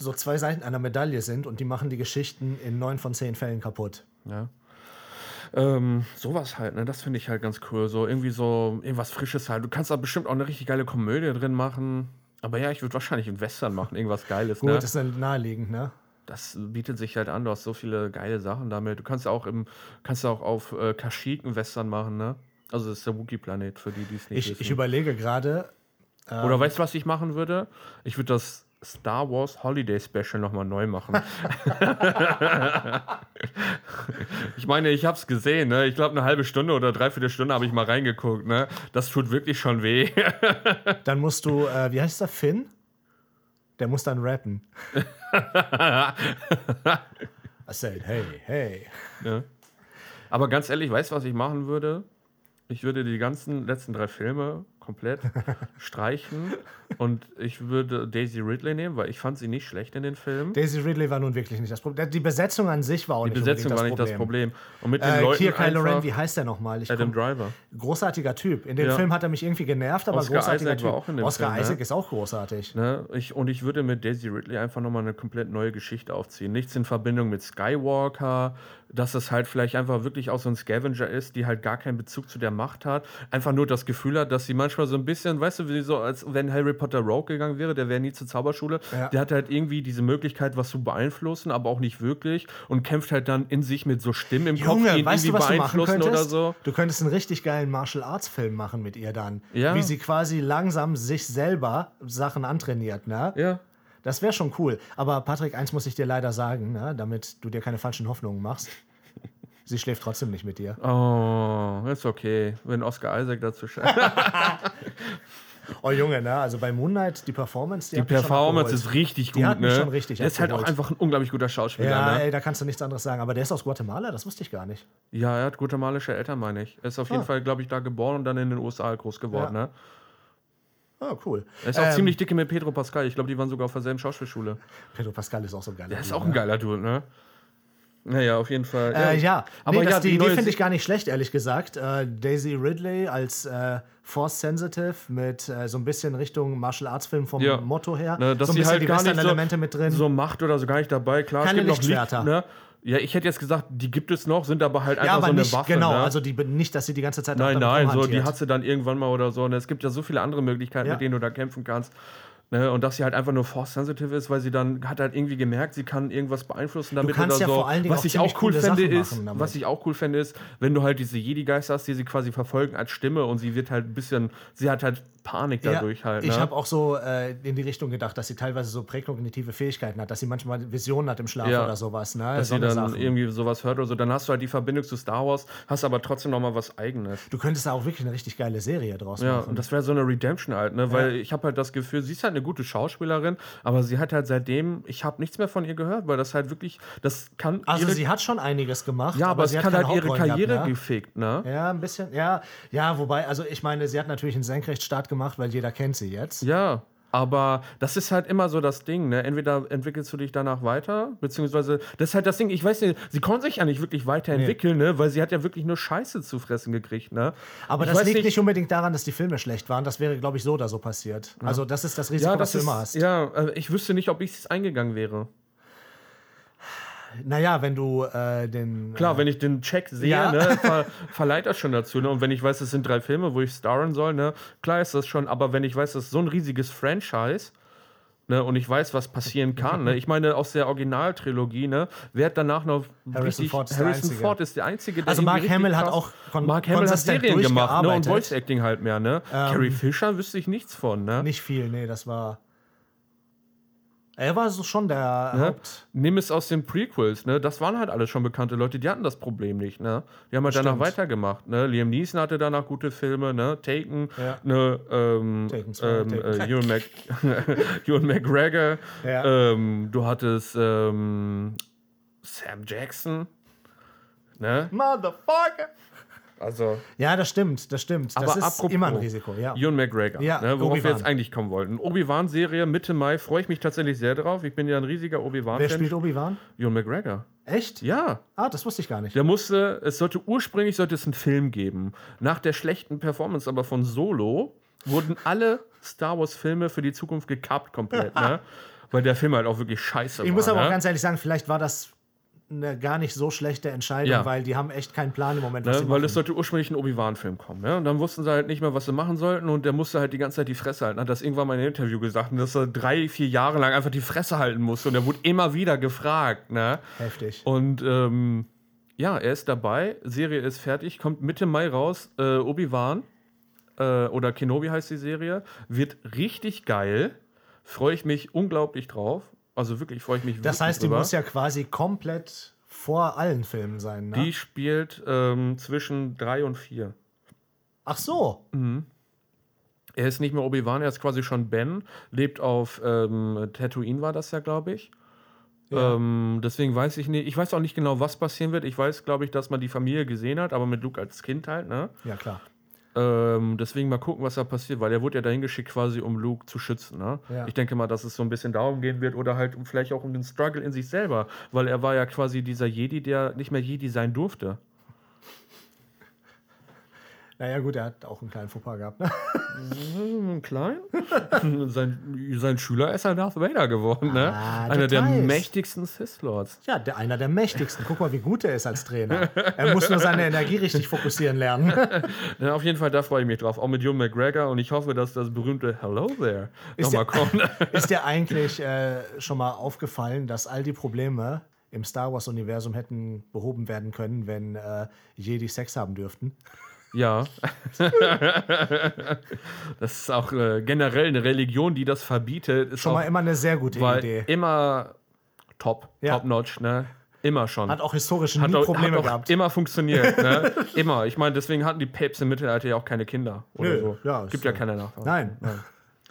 Speaker 4: so zwei Seiten einer Medaille sind und die machen die Geschichten in neun von zehn Fällen kaputt.
Speaker 3: Ja. Ähm, sowas halt, ne? Das finde ich halt ganz cool. So irgendwie so irgendwas Frisches halt. Du kannst da bestimmt auch eine richtig geile Komödie drin machen. Aber ja, ich würde wahrscheinlich einen Western machen, irgendwas Geiles.
Speaker 4: Gut,
Speaker 3: ne?
Speaker 4: ist dann naheliegend, ne?
Speaker 3: das bietet sich halt an. Du hast so viele geile Sachen damit. Du kannst ja auch im, kannst ja auch auf äh, Kashyyyk einen Western machen, ne? Also das ist der Wookiee-Planet für die, die es nicht
Speaker 4: Ich,
Speaker 3: wissen.
Speaker 4: ich überlege gerade,
Speaker 3: Oder weißt du, was ich machen würde? Ich würde das Star Wars Holiday Special nochmal neu machen. ich meine, ich habe es gesehen, ne? Ich glaube, eine halbe Stunde oder dreiviertel Stunde habe ich mal reingeguckt, ne? Das tut wirklich schon weh.
Speaker 4: dann musst du, äh, wie heißt der Finn? Der muss dann rappen. I said, hey, hey.
Speaker 3: Aber ganz ehrlich, weißt du, was ich machen würde? Ich würde die ganzen letzten drei Filme komplett streichen und ich würde Daisy Ridley nehmen, weil ich fand sie nicht schlecht in den Filmen.
Speaker 4: Daisy Ridley war nun wirklich nicht das Problem. Die Besetzung an sich war auch
Speaker 3: Die
Speaker 4: nicht
Speaker 3: Besetzung war
Speaker 4: unbedingt
Speaker 3: nicht das Problem. Und mit den
Speaker 4: Äh,
Speaker 3: Leuten
Speaker 4: hier Kylo
Speaker 3: einfach
Speaker 4: Ren, wie heißt der nochmal? Ich
Speaker 3: Adam
Speaker 4: komm-
Speaker 3: Driver.
Speaker 4: Großartiger Typ. In dem
Speaker 3: Ja.
Speaker 4: Film hat er mich irgendwie genervt, aber
Speaker 3: Oscar
Speaker 4: großartiger
Speaker 3: Isaac
Speaker 4: Typ.
Speaker 3: war auch in dem
Speaker 4: Oscar
Speaker 3: Film, ne?
Speaker 4: Isaac ist auch großartig.
Speaker 3: Ne? Ich, und ich würde mit Daisy Ridley einfach nochmal eine komplett neue Geschichte aufziehen. Nichts in Verbindung mit Skywalker, dass es halt vielleicht einfach wirklich auch so ein Scavenger ist, die halt gar keinen Bezug zu der Macht hat. Einfach nur das Gefühl hat, dass sie manchmal so ein bisschen, weißt du, wie so, als wenn Harry Potter Rogue gegangen wäre, der wäre nie zur Zauberschule.
Speaker 4: Ja.
Speaker 3: Der hat halt irgendwie diese Möglichkeit, was zu beeinflussen, aber auch nicht wirklich und kämpft halt dann in sich mit so Stimmen im Kopf, die
Speaker 4: Junge,
Speaker 3: ihn
Speaker 4: weißt du,
Speaker 3: irgendwie
Speaker 4: was du machen
Speaker 3: beeinflussen
Speaker 4: könntest?
Speaker 3: oder so.
Speaker 4: Du könntest einen richtig geilen Martial Arts Film machen mit ihr dann.
Speaker 3: Ja.
Speaker 4: Wie sie quasi langsam sich selber Sachen antrainiert, ne?
Speaker 3: Ja.
Speaker 4: Das wäre schon cool. Aber Patrick, eins muss ich dir leider sagen, ne? damit du dir keine falschen Hoffnungen machst. Sie schläft trotzdem nicht mit dir.
Speaker 3: Oh, ist okay, wenn Oscar Isaac dazu schreibt.
Speaker 4: Oh Junge, ne? Also bei Moonlight, die Performance, die,
Speaker 3: Die
Speaker 4: hat mich schon
Speaker 3: Performance
Speaker 4: abgeholt.
Speaker 3: ist richtig gut,
Speaker 4: hat mich
Speaker 3: ne?
Speaker 4: schon richtig
Speaker 3: der ist halt auch
Speaker 4: abgeholt.
Speaker 3: einfach ein unglaublich guter Schauspieler,
Speaker 4: Ja,
Speaker 3: ne?
Speaker 4: ey, da kannst du nichts anderes sagen. Aber der ist aus Guatemala, das wusste ich gar nicht.
Speaker 3: Ja, er hat guatemalische Eltern, meine ich. Er ist
Speaker 4: Ah.
Speaker 3: auf jeden Fall, glaube ich, da geboren und dann in den USA groß geworden, ne?
Speaker 4: Oh, cool.
Speaker 3: Er ist auch ziemlich dicke mit Pedro Pascal. Ich glaube, die waren sogar auf derselben Schauspielschule.
Speaker 4: Pedro Pascal ist auch so ein geiler.
Speaker 3: Er ist
Speaker 4: Typ,
Speaker 3: auch
Speaker 4: ne?
Speaker 3: ein geiler Dude, ne? Naja, auf jeden Fall.
Speaker 4: Äh, ja,
Speaker 3: aber
Speaker 4: nee,
Speaker 3: ja,
Speaker 4: das, die,
Speaker 3: die
Speaker 4: die
Speaker 3: neue
Speaker 4: finde ich
Speaker 3: Se-
Speaker 4: gar nicht schlecht, ehrlich gesagt. Äh, Daisy Ridley als äh, Force Sensitive mit äh, so ein bisschen Richtung Martial Arts Film vom
Speaker 3: Ja.
Speaker 4: Motto her.
Speaker 3: Ne, dass
Speaker 4: so ein
Speaker 3: sie
Speaker 4: bisschen
Speaker 3: halt
Speaker 4: die
Speaker 3: gar nicht so,
Speaker 4: Western-Elemente mit drin.
Speaker 3: so Macht oder so gar nicht dabei. Klar,
Speaker 4: Keine
Speaker 3: es gibt noch Licht,
Speaker 4: Lichtschwerter.
Speaker 3: ne? Ja, ich hätte jetzt gesagt, die gibt es noch, sind aber halt einfach
Speaker 4: ja, aber
Speaker 3: so eine
Speaker 4: nicht,
Speaker 3: Waffe.
Speaker 4: genau,
Speaker 3: ne?
Speaker 4: also die, nicht, dass sie die ganze Zeit auch
Speaker 3: Nein, nein,
Speaker 4: damit
Speaker 3: so, die
Speaker 4: rumhantiert.
Speaker 3: hat sie dann irgendwann mal oder so. Und es gibt ja so viele andere Möglichkeiten,
Speaker 4: Ja.
Speaker 3: mit denen du da kämpfen kannst. Ne? Und dass sie halt einfach nur force-sensitive ist, weil sie dann hat halt irgendwie gemerkt, sie kann irgendwas beeinflussen damit
Speaker 4: kannst
Speaker 3: oder
Speaker 4: ja
Speaker 3: so.
Speaker 4: vor allen Dingen
Speaker 3: was
Speaker 4: auch
Speaker 3: ich
Speaker 4: ziemlich
Speaker 3: auch cool
Speaker 4: coole
Speaker 3: fände
Speaker 4: Sachen
Speaker 3: ist,
Speaker 4: machen damit.
Speaker 3: was ich auch cool fände ist, wenn du halt diese Jedi-Geister hast, die sie quasi verfolgen als Stimme und sie wird halt ein bisschen, sie hat halt Panik
Speaker 4: Ja,
Speaker 3: dadurch halt. Ne?
Speaker 4: Ich habe auch so äh, in die Richtung gedacht, dass sie teilweise so präkognitive Fähigkeiten hat, dass sie manchmal Visionen hat im Schlaf
Speaker 3: Ja.
Speaker 4: oder sowas. Ne?
Speaker 3: dass
Speaker 4: So
Speaker 3: sie
Speaker 4: eine
Speaker 3: dann
Speaker 4: Sachen.
Speaker 3: irgendwie sowas hört oder so, dann hast du halt die Verbindung zu Star Wars, hast aber trotzdem nochmal was Eigenes.
Speaker 4: Du könntest da auch wirklich eine richtig geile Serie draus
Speaker 3: Ja,
Speaker 4: machen.
Speaker 3: und das wäre so eine Redemption halt, ne? Weil ich habe halt das Gefühl, sie ist halt eine gute Schauspielerin, aber sie hat halt seitdem, ich habe nichts mehr von ihr gehört, weil das halt wirklich, das kann
Speaker 4: Also
Speaker 3: ihre,
Speaker 4: sie hat schon einiges gemacht.
Speaker 3: ja, aber, es
Speaker 4: sie hat
Speaker 3: kann
Speaker 4: keine
Speaker 3: halt ihre
Speaker 4: Hauptrollen
Speaker 3: Karriere
Speaker 4: gehabt, ne?
Speaker 3: gefickt, ne?
Speaker 4: Ja, ein bisschen. Ja, ja, wobei, also ich meine, sie hat natürlich einen Senkrechtstart gemacht, weil jeder kennt sie jetzt.
Speaker 3: Ja. Aber das ist halt immer so das Ding, ne? Entweder entwickelst du dich danach weiter, beziehungsweise, das ist halt das Ding, ich weiß nicht, sie konnte sich ja nicht wirklich weiterentwickeln, ne? Weil sie hat ja wirklich nur Scheiße zu fressen gekriegt, ne?
Speaker 4: Aber
Speaker 3: Ich
Speaker 4: das
Speaker 3: weiß
Speaker 4: liegt nicht, um unbedingt daran, dass die Filme schlecht waren. Das wäre, glaube ich, so oder so passiert. Also, das ist das Risiko,
Speaker 3: ja,
Speaker 4: das
Speaker 3: das
Speaker 4: was
Speaker 3: ist,
Speaker 4: du immer hast.
Speaker 3: ja, äh, ich wüsste nicht, ob ich es eingegangen wäre.
Speaker 4: Naja, wenn du äh, den.
Speaker 3: Klar, wenn ich den Check sehe,
Speaker 4: Ja.
Speaker 3: ne, ver verleiht das schon dazu. Ne? Und wenn ich weiß, es sind drei Filme, wo ich starren soll, ne, klar ist das schon. Aber wenn ich weiß, das ist so ein riesiges Franchise ne, und ich weiß, was passieren kann. Ne? Ich meine, aus der Originaltrilogie, ne, wer hat danach noch
Speaker 4: Harrison Ford ist der
Speaker 3: Harrison
Speaker 4: Einzige.
Speaker 3: Ford ist der Einzige, der
Speaker 4: Also
Speaker 3: irgendwie
Speaker 4: Mark
Speaker 3: richtig
Speaker 4: Hamill hat
Speaker 3: krass-
Speaker 4: auch kon-
Speaker 3: Mark Hamill hat
Speaker 4: konsistent
Speaker 3: Serien gemacht ne, und
Speaker 4: durchgearbeitet. Ähm.
Speaker 3: Voice Acting halt mehr. Ne? Carrie Fisher wüsste ich nichts von. Ne?
Speaker 4: Nicht viel, nee, das war. Er war so schon der Haupt.
Speaker 3: Nimm es aus den Prequels, ne? Das waren halt alles schon bekannte Leute, die hatten das Problem nicht, ne? Die haben halt danach
Speaker 4: Stimmt.
Speaker 3: weitergemacht, ne? Liam Neeson hatte danach gute Filme, ne? Taken,
Speaker 4: Ja.
Speaker 3: ne? Ähm,
Speaker 4: Taken zwei,
Speaker 3: ähm,
Speaker 4: Taken.
Speaker 3: äh, Ewan, Mac Ewan McGregor,
Speaker 4: Ja.
Speaker 3: ähm, du hattest ähm, Sam Jackson, ne?
Speaker 4: Motherfucker!
Speaker 3: Also
Speaker 4: Ja, das stimmt, das stimmt. Das
Speaker 3: Aber
Speaker 4: ist
Speaker 3: apropos-
Speaker 4: immer ein Risiko, ja.
Speaker 3: Ewan McGregor,
Speaker 4: Ja,
Speaker 3: ne? Worauf wir
Speaker 4: Obi-Wan.
Speaker 3: jetzt eigentlich kommen wollten. Obi-Wan-Serie Mitte Mai, freue ich mich tatsächlich sehr drauf. Ich bin ja ein riesiger
Speaker 4: Wer spielt
Speaker 3: Obi-Wan-Fan.
Speaker 4: Obi-Wan?
Speaker 3: Ewan McGregor,
Speaker 4: Echt?
Speaker 3: ja.
Speaker 4: Ah, das wusste ich gar nicht.
Speaker 3: Der musste, es sollte ursprünglich sollte es einen Film geben. Nach der schlechten Performance aber von Solo wurden alle Star Wars Filme für die Zukunft gekappt komplett, ne? Weil der Film halt auch wirklich scheiße war.
Speaker 4: Ich muss aber
Speaker 3: ne?
Speaker 4: auch ganz ehrlich sagen, vielleicht war das eine gar nicht so schlechte Entscheidung,
Speaker 3: Ja.
Speaker 4: weil die haben echt keinen Plan im Moment, was
Speaker 3: Ne?
Speaker 4: sie
Speaker 3: Weil
Speaker 4: machen.
Speaker 3: es sollte ursprünglich ein Obi-Wan-Film kommen. Ne? Und dann wussten sie halt nicht mehr, was sie machen sollten. Und der musste halt die ganze Zeit die Fresse halten. Hat das irgendwann mal in einem Interview gesagt, dass er drei, vier Jahre lang einfach die Fresse halten musste. Und er wurde immer wieder gefragt. Ne?
Speaker 4: Heftig.
Speaker 3: Und ähm, ja, er ist dabei, Serie ist fertig, kommt Mitte Mai raus, äh, Obi-Wan äh, oder Kenobi heißt die Serie, wird richtig geil, freue ich mich unglaublich drauf, also wirklich freue ich mich
Speaker 4: Das
Speaker 3: wirklich
Speaker 4: heißt, die
Speaker 3: drüber.
Speaker 4: muss ja quasi komplett vor allen Filmen sein, ne?
Speaker 3: Die spielt ähm, zwischen drei und vier.
Speaker 4: Ach so.
Speaker 3: Er ist nicht mehr Obi-Wan, er ist quasi schon Ben, lebt auf ähm, Tatooine, war das ja, glaube ich.
Speaker 4: Ja.
Speaker 3: Ähm, deswegen weiß ich nicht, ich weiß auch nicht genau, was passieren wird. Ich weiß, glaube ich, dass man die Familie gesehen hat, aber mit Luke als Kind halt, ne?
Speaker 4: Ja, klar.
Speaker 3: Ähm, deswegen mal gucken, was da passiert, weil er wurde ja dahin geschickt, quasi um Luke zu schützen. Ne?
Speaker 4: Ja.
Speaker 3: Ich denke mal, dass es so ein bisschen darum gehen wird oder halt um, vielleicht auch um den Struggle in sich selber, weil er war ja quasi dieser Jedi, der nicht mehr Jedi sein durfte.
Speaker 4: Naja, gut, er hat auch einen kleinen Fauxpas gehabt. Ne?
Speaker 3: Hm, Klein? sein, sein Schüler ist ja Darth Vader geworden, ne?
Speaker 4: Ah,
Speaker 3: Einer der
Speaker 4: Details.
Speaker 3: mächtigsten Sith Lords.
Speaker 4: Ja, der, einer der mächtigsten. Guck mal, wie gut er ist als Trainer. Er muss nur seine Energie richtig fokussieren lernen.
Speaker 3: Ja, auf jeden Fall, da freue ich mich drauf. Auch mit Hugh McGregor und ich hoffe, dass das berühmte Hello there
Speaker 4: Ist
Speaker 3: nochmal kommt.
Speaker 4: Ist dir eigentlich äh, schon mal aufgefallen, dass all die Probleme im Star Wars-Universum hätten behoben werden können, wenn äh, Jedi Sex haben dürften?
Speaker 3: Ja. das ist auch äh, generell eine Religion, die das verbietet. Ist
Speaker 4: Schon
Speaker 3: auch,
Speaker 4: mal immer eine sehr gute
Speaker 3: war
Speaker 4: Idee.
Speaker 3: immer top,
Speaker 4: Ja.
Speaker 3: top notch, ne? Immer schon.
Speaker 4: Hat auch historisch nie Probleme
Speaker 3: hat auch
Speaker 4: gehabt.
Speaker 3: immer funktioniert, ne? Immer. Ich meine, deswegen hatten die Päpste im Mittelalter ja auch keine Kinder oder
Speaker 4: Nö,
Speaker 3: so.
Speaker 4: ja, ist
Speaker 3: Gibt ja
Speaker 4: so.
Speaker 3: keine Nachfahren.
Speaker 4: Nein.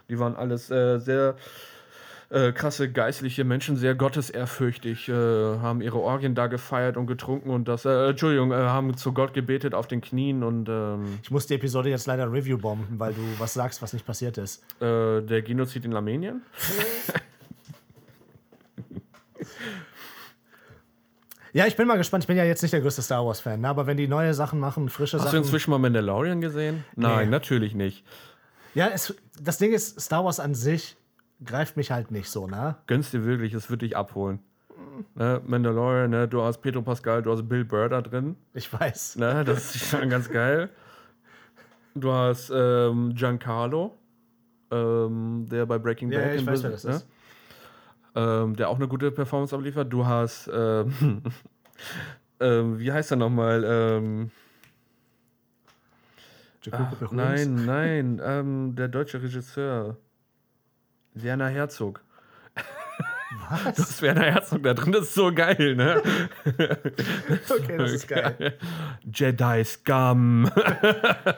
Speaker 3: Die waren alles äh, sehr äh, krasse geistliche Menschen, sehr gottesehrfürchtig, äh, haben ihre Orgien da gefeiert und getrunken und das, äh, Entschuldigung, äh, haben zu Gott gebetet auf den Knien und ähm,
Speaker 4: Ich muss die Episode jetzt leider Review bomben, weil du was sagst, was nicht passiert ist.
Speaker 3: äh, der Genozid in Armenien.
Speaker 4: Ja, ich bin mal gespannt. Ich bin ja jetzt nicht der größte Star Wars-Fan, ne? aber wenn die neue Sachen machen, frische
Speaker 3: Hast du
Speaker 4: Sachen.
Speaker 3: inzwischen mal Mandalorian gesehen? Nein,
Speaker 4: Nee.
Speaker 3: natürlich nicht.
Speaker 4: Ja, es, das Ding ist, Star Wars an sich greift mich halt nicht so, ne?
Speaker 3: gönn's dir wirklich, es wird dich abholen. Ne, Mandalorian, ne, du hast Pedro Pascal, du hast Bill Burr da drin.
Speaker 4: Ich weiß.
Speaker 3: Ne, das ist schon ganz geil. Du hast ähm, Giancarlo, ähm, der bei Breaking
Speaker 4: Ja,
Speaker 3: Bad
Speaker 4: ja, ich
Speaker 3: in
Speaker 4: weiß, wer
Speaker 3: Business,
Speaker 4: das ist.
Speaker 3: ne? ähm, der auch eine gute Performance abliefert. Du hast, ähm, ähm, wie heißt er nochmal? Ähm,
Speaker 4: Jacopo Ruins.
Speaker 3: nein, nein, ähm, der deutsche Regisseur. Werner Herzog.
Speaker 4: Was?
Speaker 3: Das Werner Herzog da drin, das ist so geil, ne?
Speaker 4: Okay, das ist geil.
Speaker 3: Jedi Scum.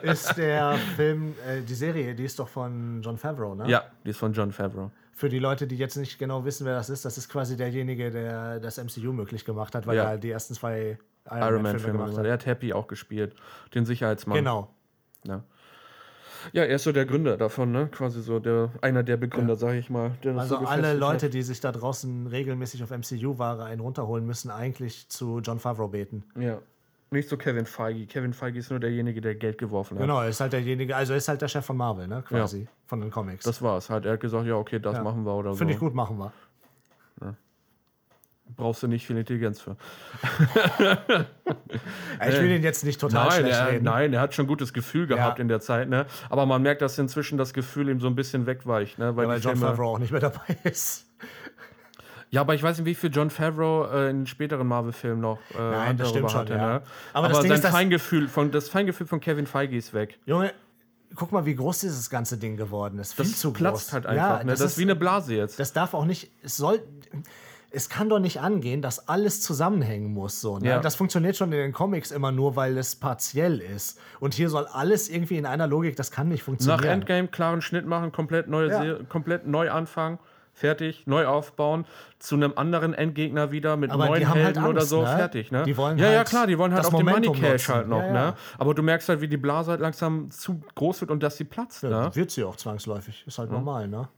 Speaker 4: Ist der Film, äh, die Serie, die ist doch von John Favreau, ne?
Speaker 3: Ja, die ist von John Favreau.
Speaker 4: Für die Leute, die jetzt nicht genau wissen, wer das ist, das ist quasi derjenige, der das MCU möglich gemacht hat, weil
Speaker 3: Ja.
Speaker 4: er halt die ersten zwei Iron,
Speaker 3: Iron
Speaker 4: Man-Filme
Speaker 3: Man Film.
Speaker 4: gemacht hat.
Speaker 3: Der hat Happy auch gespielt. Den Sicherheitsmann.
Speaker 4: Genau.
Speaker 3: Ja. Ja, er ist so der Gründer davon, ne? Quasi so der, einer der Begründer, sage ich mal. der das halt.
Speaker 4: Also
Speaker 3: so
Speaker 4: alle
Speaker 3: gefestigt
Speaker 4: Leute,
Speaker 3: hat.
Speaker 4: die sich da draußen regelmäßig auf MCU-Ware einen runterholen, müssen eigentlich zu John Favreau beten.
Speaker 3: Ja. Nicht so Kevin Feige. Kevin Feige ist nur derjenige, der Geld geworfen hat.
Speaker 4: Genau, er ist halt derjenige, also er ist halt der Chef von Marvel, ne? Quasi. Von den Comics.
Speaker 3: Das also war's halt. Er hat gesagt, ja, okay, das
Speaker 4: Ja.
Speaker 3: machen wir oder
Speaker 4: Finde
Speaker 3: so.
Speaker 4: ich gut, machen wir.
Speaker 3: Brauchst du nicht viel Intelligenz für.
Speaker 4: Ich will den jetzt nicht total
Speaker 3: Äh, Nein,
Speaker 4: schlecht
Speaker 3: er,
Speaker 4: reden.
Speaker 3: nein, er hat schon gutes Gefühl gehabt in der Zeit, ne? Aber man merkt, dass inzwischen das Gefühl ihm so ein bisschen wegweicht, ne? Weil
Speaker 4: weil
Speaker 3: die
Speaker 4: John
Speaker 3: Filme-
Speaker 4: Favreau auch nicht mehr dabei ist.
Speaker 3: Ja, aber ich weiß nicht, wie viel John Favreau äh, in späteren Marvel-Filmen noch äh,
Speaker 4: Nein, das
Speaker 3: darüber
Speaker 4: stimmt schon,
Speaker 3: hatte,
Speaker 4: ja.
Speaker 3: ne?
Speaker 4: Aber
Speaker 3: Aber,
Speaker 4: das Ding
Speaker 3: sein
Speaker 4: ist, dass-
Speaker 3: Feingefühl von, das Feingefühl von Kevin Feige ist weg.
Speaker 4: Junge, guck mal, wie groß dieses ganze Ding geworden ist. Viel
Speaker 3: Das
Speaker 4: zu
Speaker 3: platzt
Speaker 4: groß.
Speaker 3: halt einfach,
Speaker 4: Ja,
Speaker 3: ne? Das,
Speaker 4: das,
Speaker 3: ist wie eine Blase jetzt.
Speaker 4: das darf auch nicht, es soll, es kann doch nicht angehen, dass alles zusammenhängen muss. So, ne?
Speaker 3: Ja.
Speaker 4: Das funktioniert schon in den Comics immer nur, weil es partiell ist. Und hier soll alles irgendwie in einer Logik, das kann nicht
Speaker 3: Nach
Speaker 4: funktionieren.
Speaker 3: Endgame klaren Schnitt machen, komplett, neue
Speaker 4: Ja.
Speaker 3: Serie, komplett neu anfangen, fertig, neu aufbauen, zu einem anderen Endgegner wieder mit
Speaker 4: Aber die
Speaker 3: neuen
Speaker 4: haben
Speaker 3: Helden
Speaker 4: halt
Speaker 3: oder
Speaker 4: Angst,
Speaker 3: so,
Speaker 4: ne?
Speaker 3: fertig. Ne?
Speaker 4: Die wollen
Speaker 3: ja, ja,
Speaker 4: halt
Speaker 3: klar, die wollen halt
Speaker 4: das
Speaker 3: auch den Money
Speaker 4: Momentum
Speaker 3: Cash
Speaker 4: nutzen.
Speaker 3: halt noch.
Speaker 4: Ja, ja.
Speaker 3: Ne? Aber du merkst halt, wie die Blase halt langsam zu groß wird und dass sie platzt. Ne?
Speaker 4: Ja, Wird sie auch zwangsläufig. Ist halt normal, ne?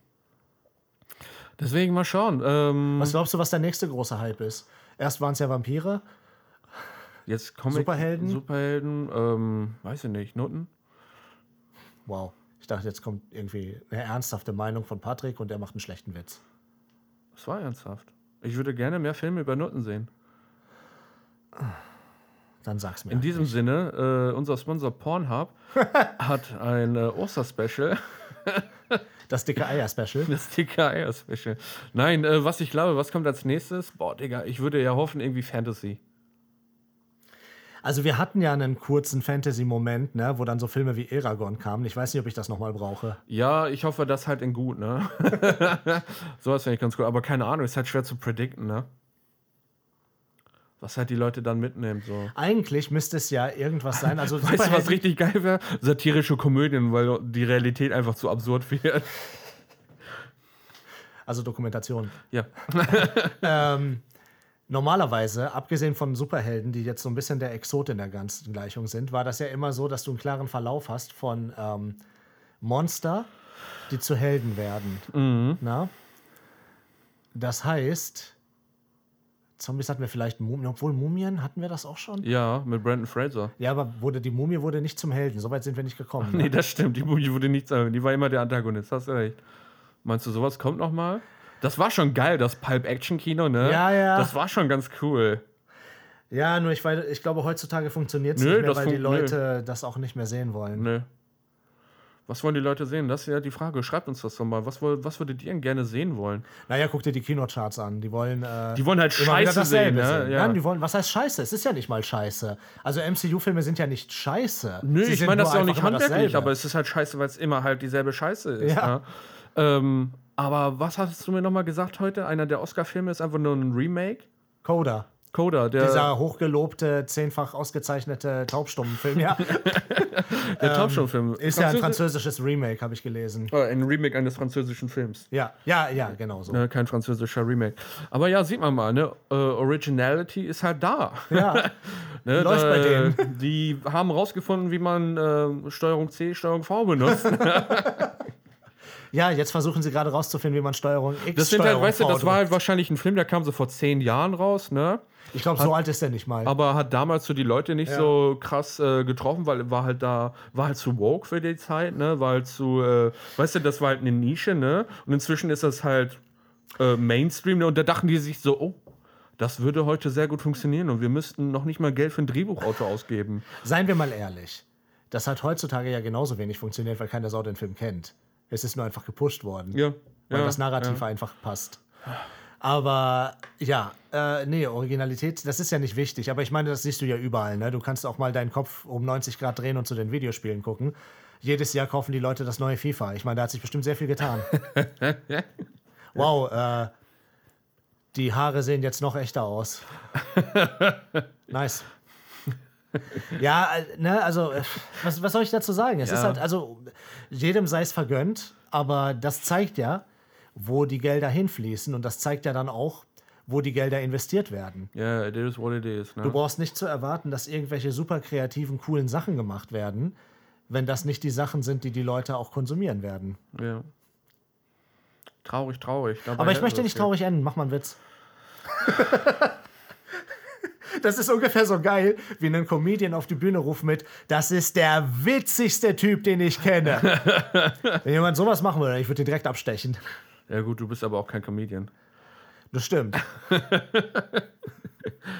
Speaker 3: Deswegen mal schauen. Ähm,
Speaker 4: Was glaubst du, was der nächste große Hype ist? Erst waren es ja Vampire.
Speaker 3: jetzt kommen
Speaker 4: Superhelden?
Speaker 3: Superhelden, ähm, weiß ich nicht, Nutten?
Speaker 4: Wow. Ich dachte, jetzt kommt irgendwie eine ernsthafte Meinung von Patrick und er macht einen schlechten Witz.
Speaker 3: Das war ernsthaft. Ich würde gerne mehr Filme über Nutten sehen.
Speaker 4: Dann sag's mir.
Speaker 3: In diesem Sinne, äh, unser Sponsor Pornhub hat ein äh, Osterspecial.
Speaker 4: Das dicke Eier-Special.
Speaker 3: Das TKR-Special. Nein, äh, was ich glaube, was kommt als nächstes? Boah, Digga, ich würde ja hoffen, irgendwie Fantasy.
Speaker 4: Also wir hatten ja einen kurzen Fantasy-Moment, ne, wo dann so Filme wie Eragon kamen. Ich weiß nicht, ob ich das nochmal brauche.
Speaker 3: Ja, ich hoffe, das halt in gut, ne? Sowas finde ich ganz cool. Aber keine Ahnung, ist halt schwer zu predikten, ne? Was halt die Leute dann mitnehmen, so.
Speaker 4: Eigentlich müsste es ja irgendwas sein. Also
Speaker 3: Weißt du, was
Speaker 4: Superhelden-
Speaker 3: richtig geil wäre? Satirische Komödien, weil die Realität einfach zu absurd wird.
Speaker 4: Also Dokumentation.
Speaker 3: Ja.
Speaker 4: Normalerweise, abgesehen von Superhelden, die jetzt so ein bisschen der Exot in der ganzen Gleichung sind, war das ja immer so, dass du einen klaren Verlauf hast von ähm, Monster, die zu Helden werden.
Speaker 3: Mhm.
Speaker 4: Na? Das heißt, Zombies hatten wir vielleicht Mumien, obwohl Mumien hatten wir das auch schon.
Speaker 3: Ja, mit Brandon Fraser.
Speaker 4: Ja, aber wurde, die Mumie wurde nicht zum Helden. Soweit sind wir nicht gekommen. ne?
Speaker 3: Nee, das stimmt. Die Mumie wurde nichts sagen. Die war immer der Antagonist. Hast du recht. Meinst du, sowas kommt nochmal? Das war schon geil, das Pulp-Action-Kino, ne?
Speaker 4: Ja, ja.
Speaker 3: Das war schon ganz cool.
Speaker 4: Ja, nur ich, weiß, ich glaube, heutzutage funktioniert es
Speaker 3: Nö,
Speaker 4: nicht mehr,
Speaker 3: das
Speaker 4: weil die
Speaker 3: fun- nö.
Speaker 4: Leute das auch nicht mehr sehen wollen.
Speaker 3: Ne. Was wollen die Leute sehen? Das ist ja die Frage. Schreibt uns das doch mal. Was, woll- was würdet ihr denn gerne sehen wollen?
Speaker 4: Naja, guck dir die Kinocharts an. Die wollen. Äh,
Speaker 3: Die wollen halt
Speaker 4: immer
Speaker 3: Scheiße
Speaker 4: wieder
Speaker 3: sehen,
Speaker 4: dasselbe
Speaker 3: ne?
Speaker 4: sehen.
Speaker 3: Ja.
Speaker 4: Nein, die wollen. Was heißt Scheiße? Es ist ja nicht mal Scheiße. Also MCU-Filme sind ja nicht Scheiße.
Speaker 3: Nö,
Speaker 4: Sie
Speaker 3: ich
Speaker 4: sind
Speaker 3: meine, das ist ja
Speaker 4: nur
Speaker 3: auch
Speaker 4: einfach
Speaker 3: nicht
Speaker 4: immer
Speaker 3: handwerklich,
Speaker 4: dasselbe.
Speaker 3: aber es ist halt scheiße, weil es immer halt dieselbe Scheiße ist.
Speaker 4: Ja.
Speaker 3: Ne? Ähm, aber was hast du mir nochmal gesagt heute? Einer der Oscar-Filme ist einfach nur ein Remake?
Speaker 4: Coda.
Speaker 3: Coda, der,
Speaker 4: Dieser hochgelobte, zehnfach ausgezeichnete Taubstummenfilm. Ja,
Speaker 3: der Taubsturmfilm.
Speaker 4: ähm, ist ja ein französisches Remake, habe ich gelesen.
Speaker 3: Äh, ein Remake eines französischen Films.
Speaker 4: Ja, ja, ja, genau so.
Speaker 3: Ne, kein französischer Remake. Aber ja, sieht man mal, ne? Äh, Originality ist halt da.
Speaker 4: Ja,
Speaker 3: Ne,
Speaker 4: läuft bei
Speaker 3: äh, Die haben rausgefunden, wie man äh, Steuerung C, Steuerung V benutzt.
Speaker 4: ja, jetzt versuchen sie gerade rauszufinden, wie man Steuerung X
Speaker 3: Das sind halt,
Speaker 4: Steuerung
Speaker 3: weißt du,
Speaker 4: V
Speaker 3: das war halt wahrscheinlich ein Film, der kam so vor zehn Jahren raus, ne?
Speaker 4: drückt. Ich glaube, so alt ist der nicht mal.
Speaker 3: Aber hat damals so die Leute nicht so krass äh, getroffen, weil war halt da, war halt zu woke für die Zeit, ne? War halt zu, äh, weißt du, das war halt eine Nische, ne? Und inzwischen ist das halt äh, Mainstream, ne? Und da dachten die sich so, oh. Das würde heute sehr gut funktionieren und wir müssten noch nicht mal Geld für ein Drehbuchautor ausgeben.
Speaker 4: Seien wir mal ehrlich, das hat heutzutage ja genauso wenig funktioniert, weil keiner Sau den Film kennt. Es ist nur einfach gepusht worden.
Speaker 3: Ja.
Speaker 4: Weil
Speaker 3: ja,
Speaker 4: das Narrativ einfach passt. Aber ja, äh, nee, Originalität, das ist ja nicht wichtig. Aber ich meine, das siehst du ja überall. Ne? Du kannst auch mal deinen Kopf um 90 Grad drehen und zu den Videospielen gucken. Jedes Jahr kaufen die Leute das neue FIFA. Ich meine, da hat sich bestimmt sehr viel getan. wow, äh, die Haare sehen jetzt noch echter aus. nice. Ja, äh, ne, also, äh, was, was soll ich dazu sagen? Es ist halt, also, jedem sei es vergönnt, aber das zeigt ja, wo die Gelder hinfließen und das zeigt ja dann auch, wo die Gelder investiert werden.
Speaker 3: Ja, it is what it is. Ne?
Speaker 4: Du brauchst nicht zu erwarten, dass irgendwelche super kreativen, coolen Sachen gemacht werden, wenn das nicht die Sachen sind, die die Leute auch konsumieren werden.
Speaker 3: Ja. Traurig, traurig. Dabei
Speaker 4: Aber ich
Speaker 3: hätten
Speaker 4: möchte
Speaker 3: wir
Speaker 4: nicht
Speaker 3: es ja.
Speaker 4: traurig enden, mach mal einen Witz. Das ist ungefähr so geil, wie einen Comedian auf die Bühne ruft mit, das ist der witzigste Typ, den ich kenne. Wenn jemand sowas machen würde, ich würde den direkt abstechen.
Speaker 3: Ja gut, du bist aber auch kein Comedian.
Speaker 4: Das stimmt.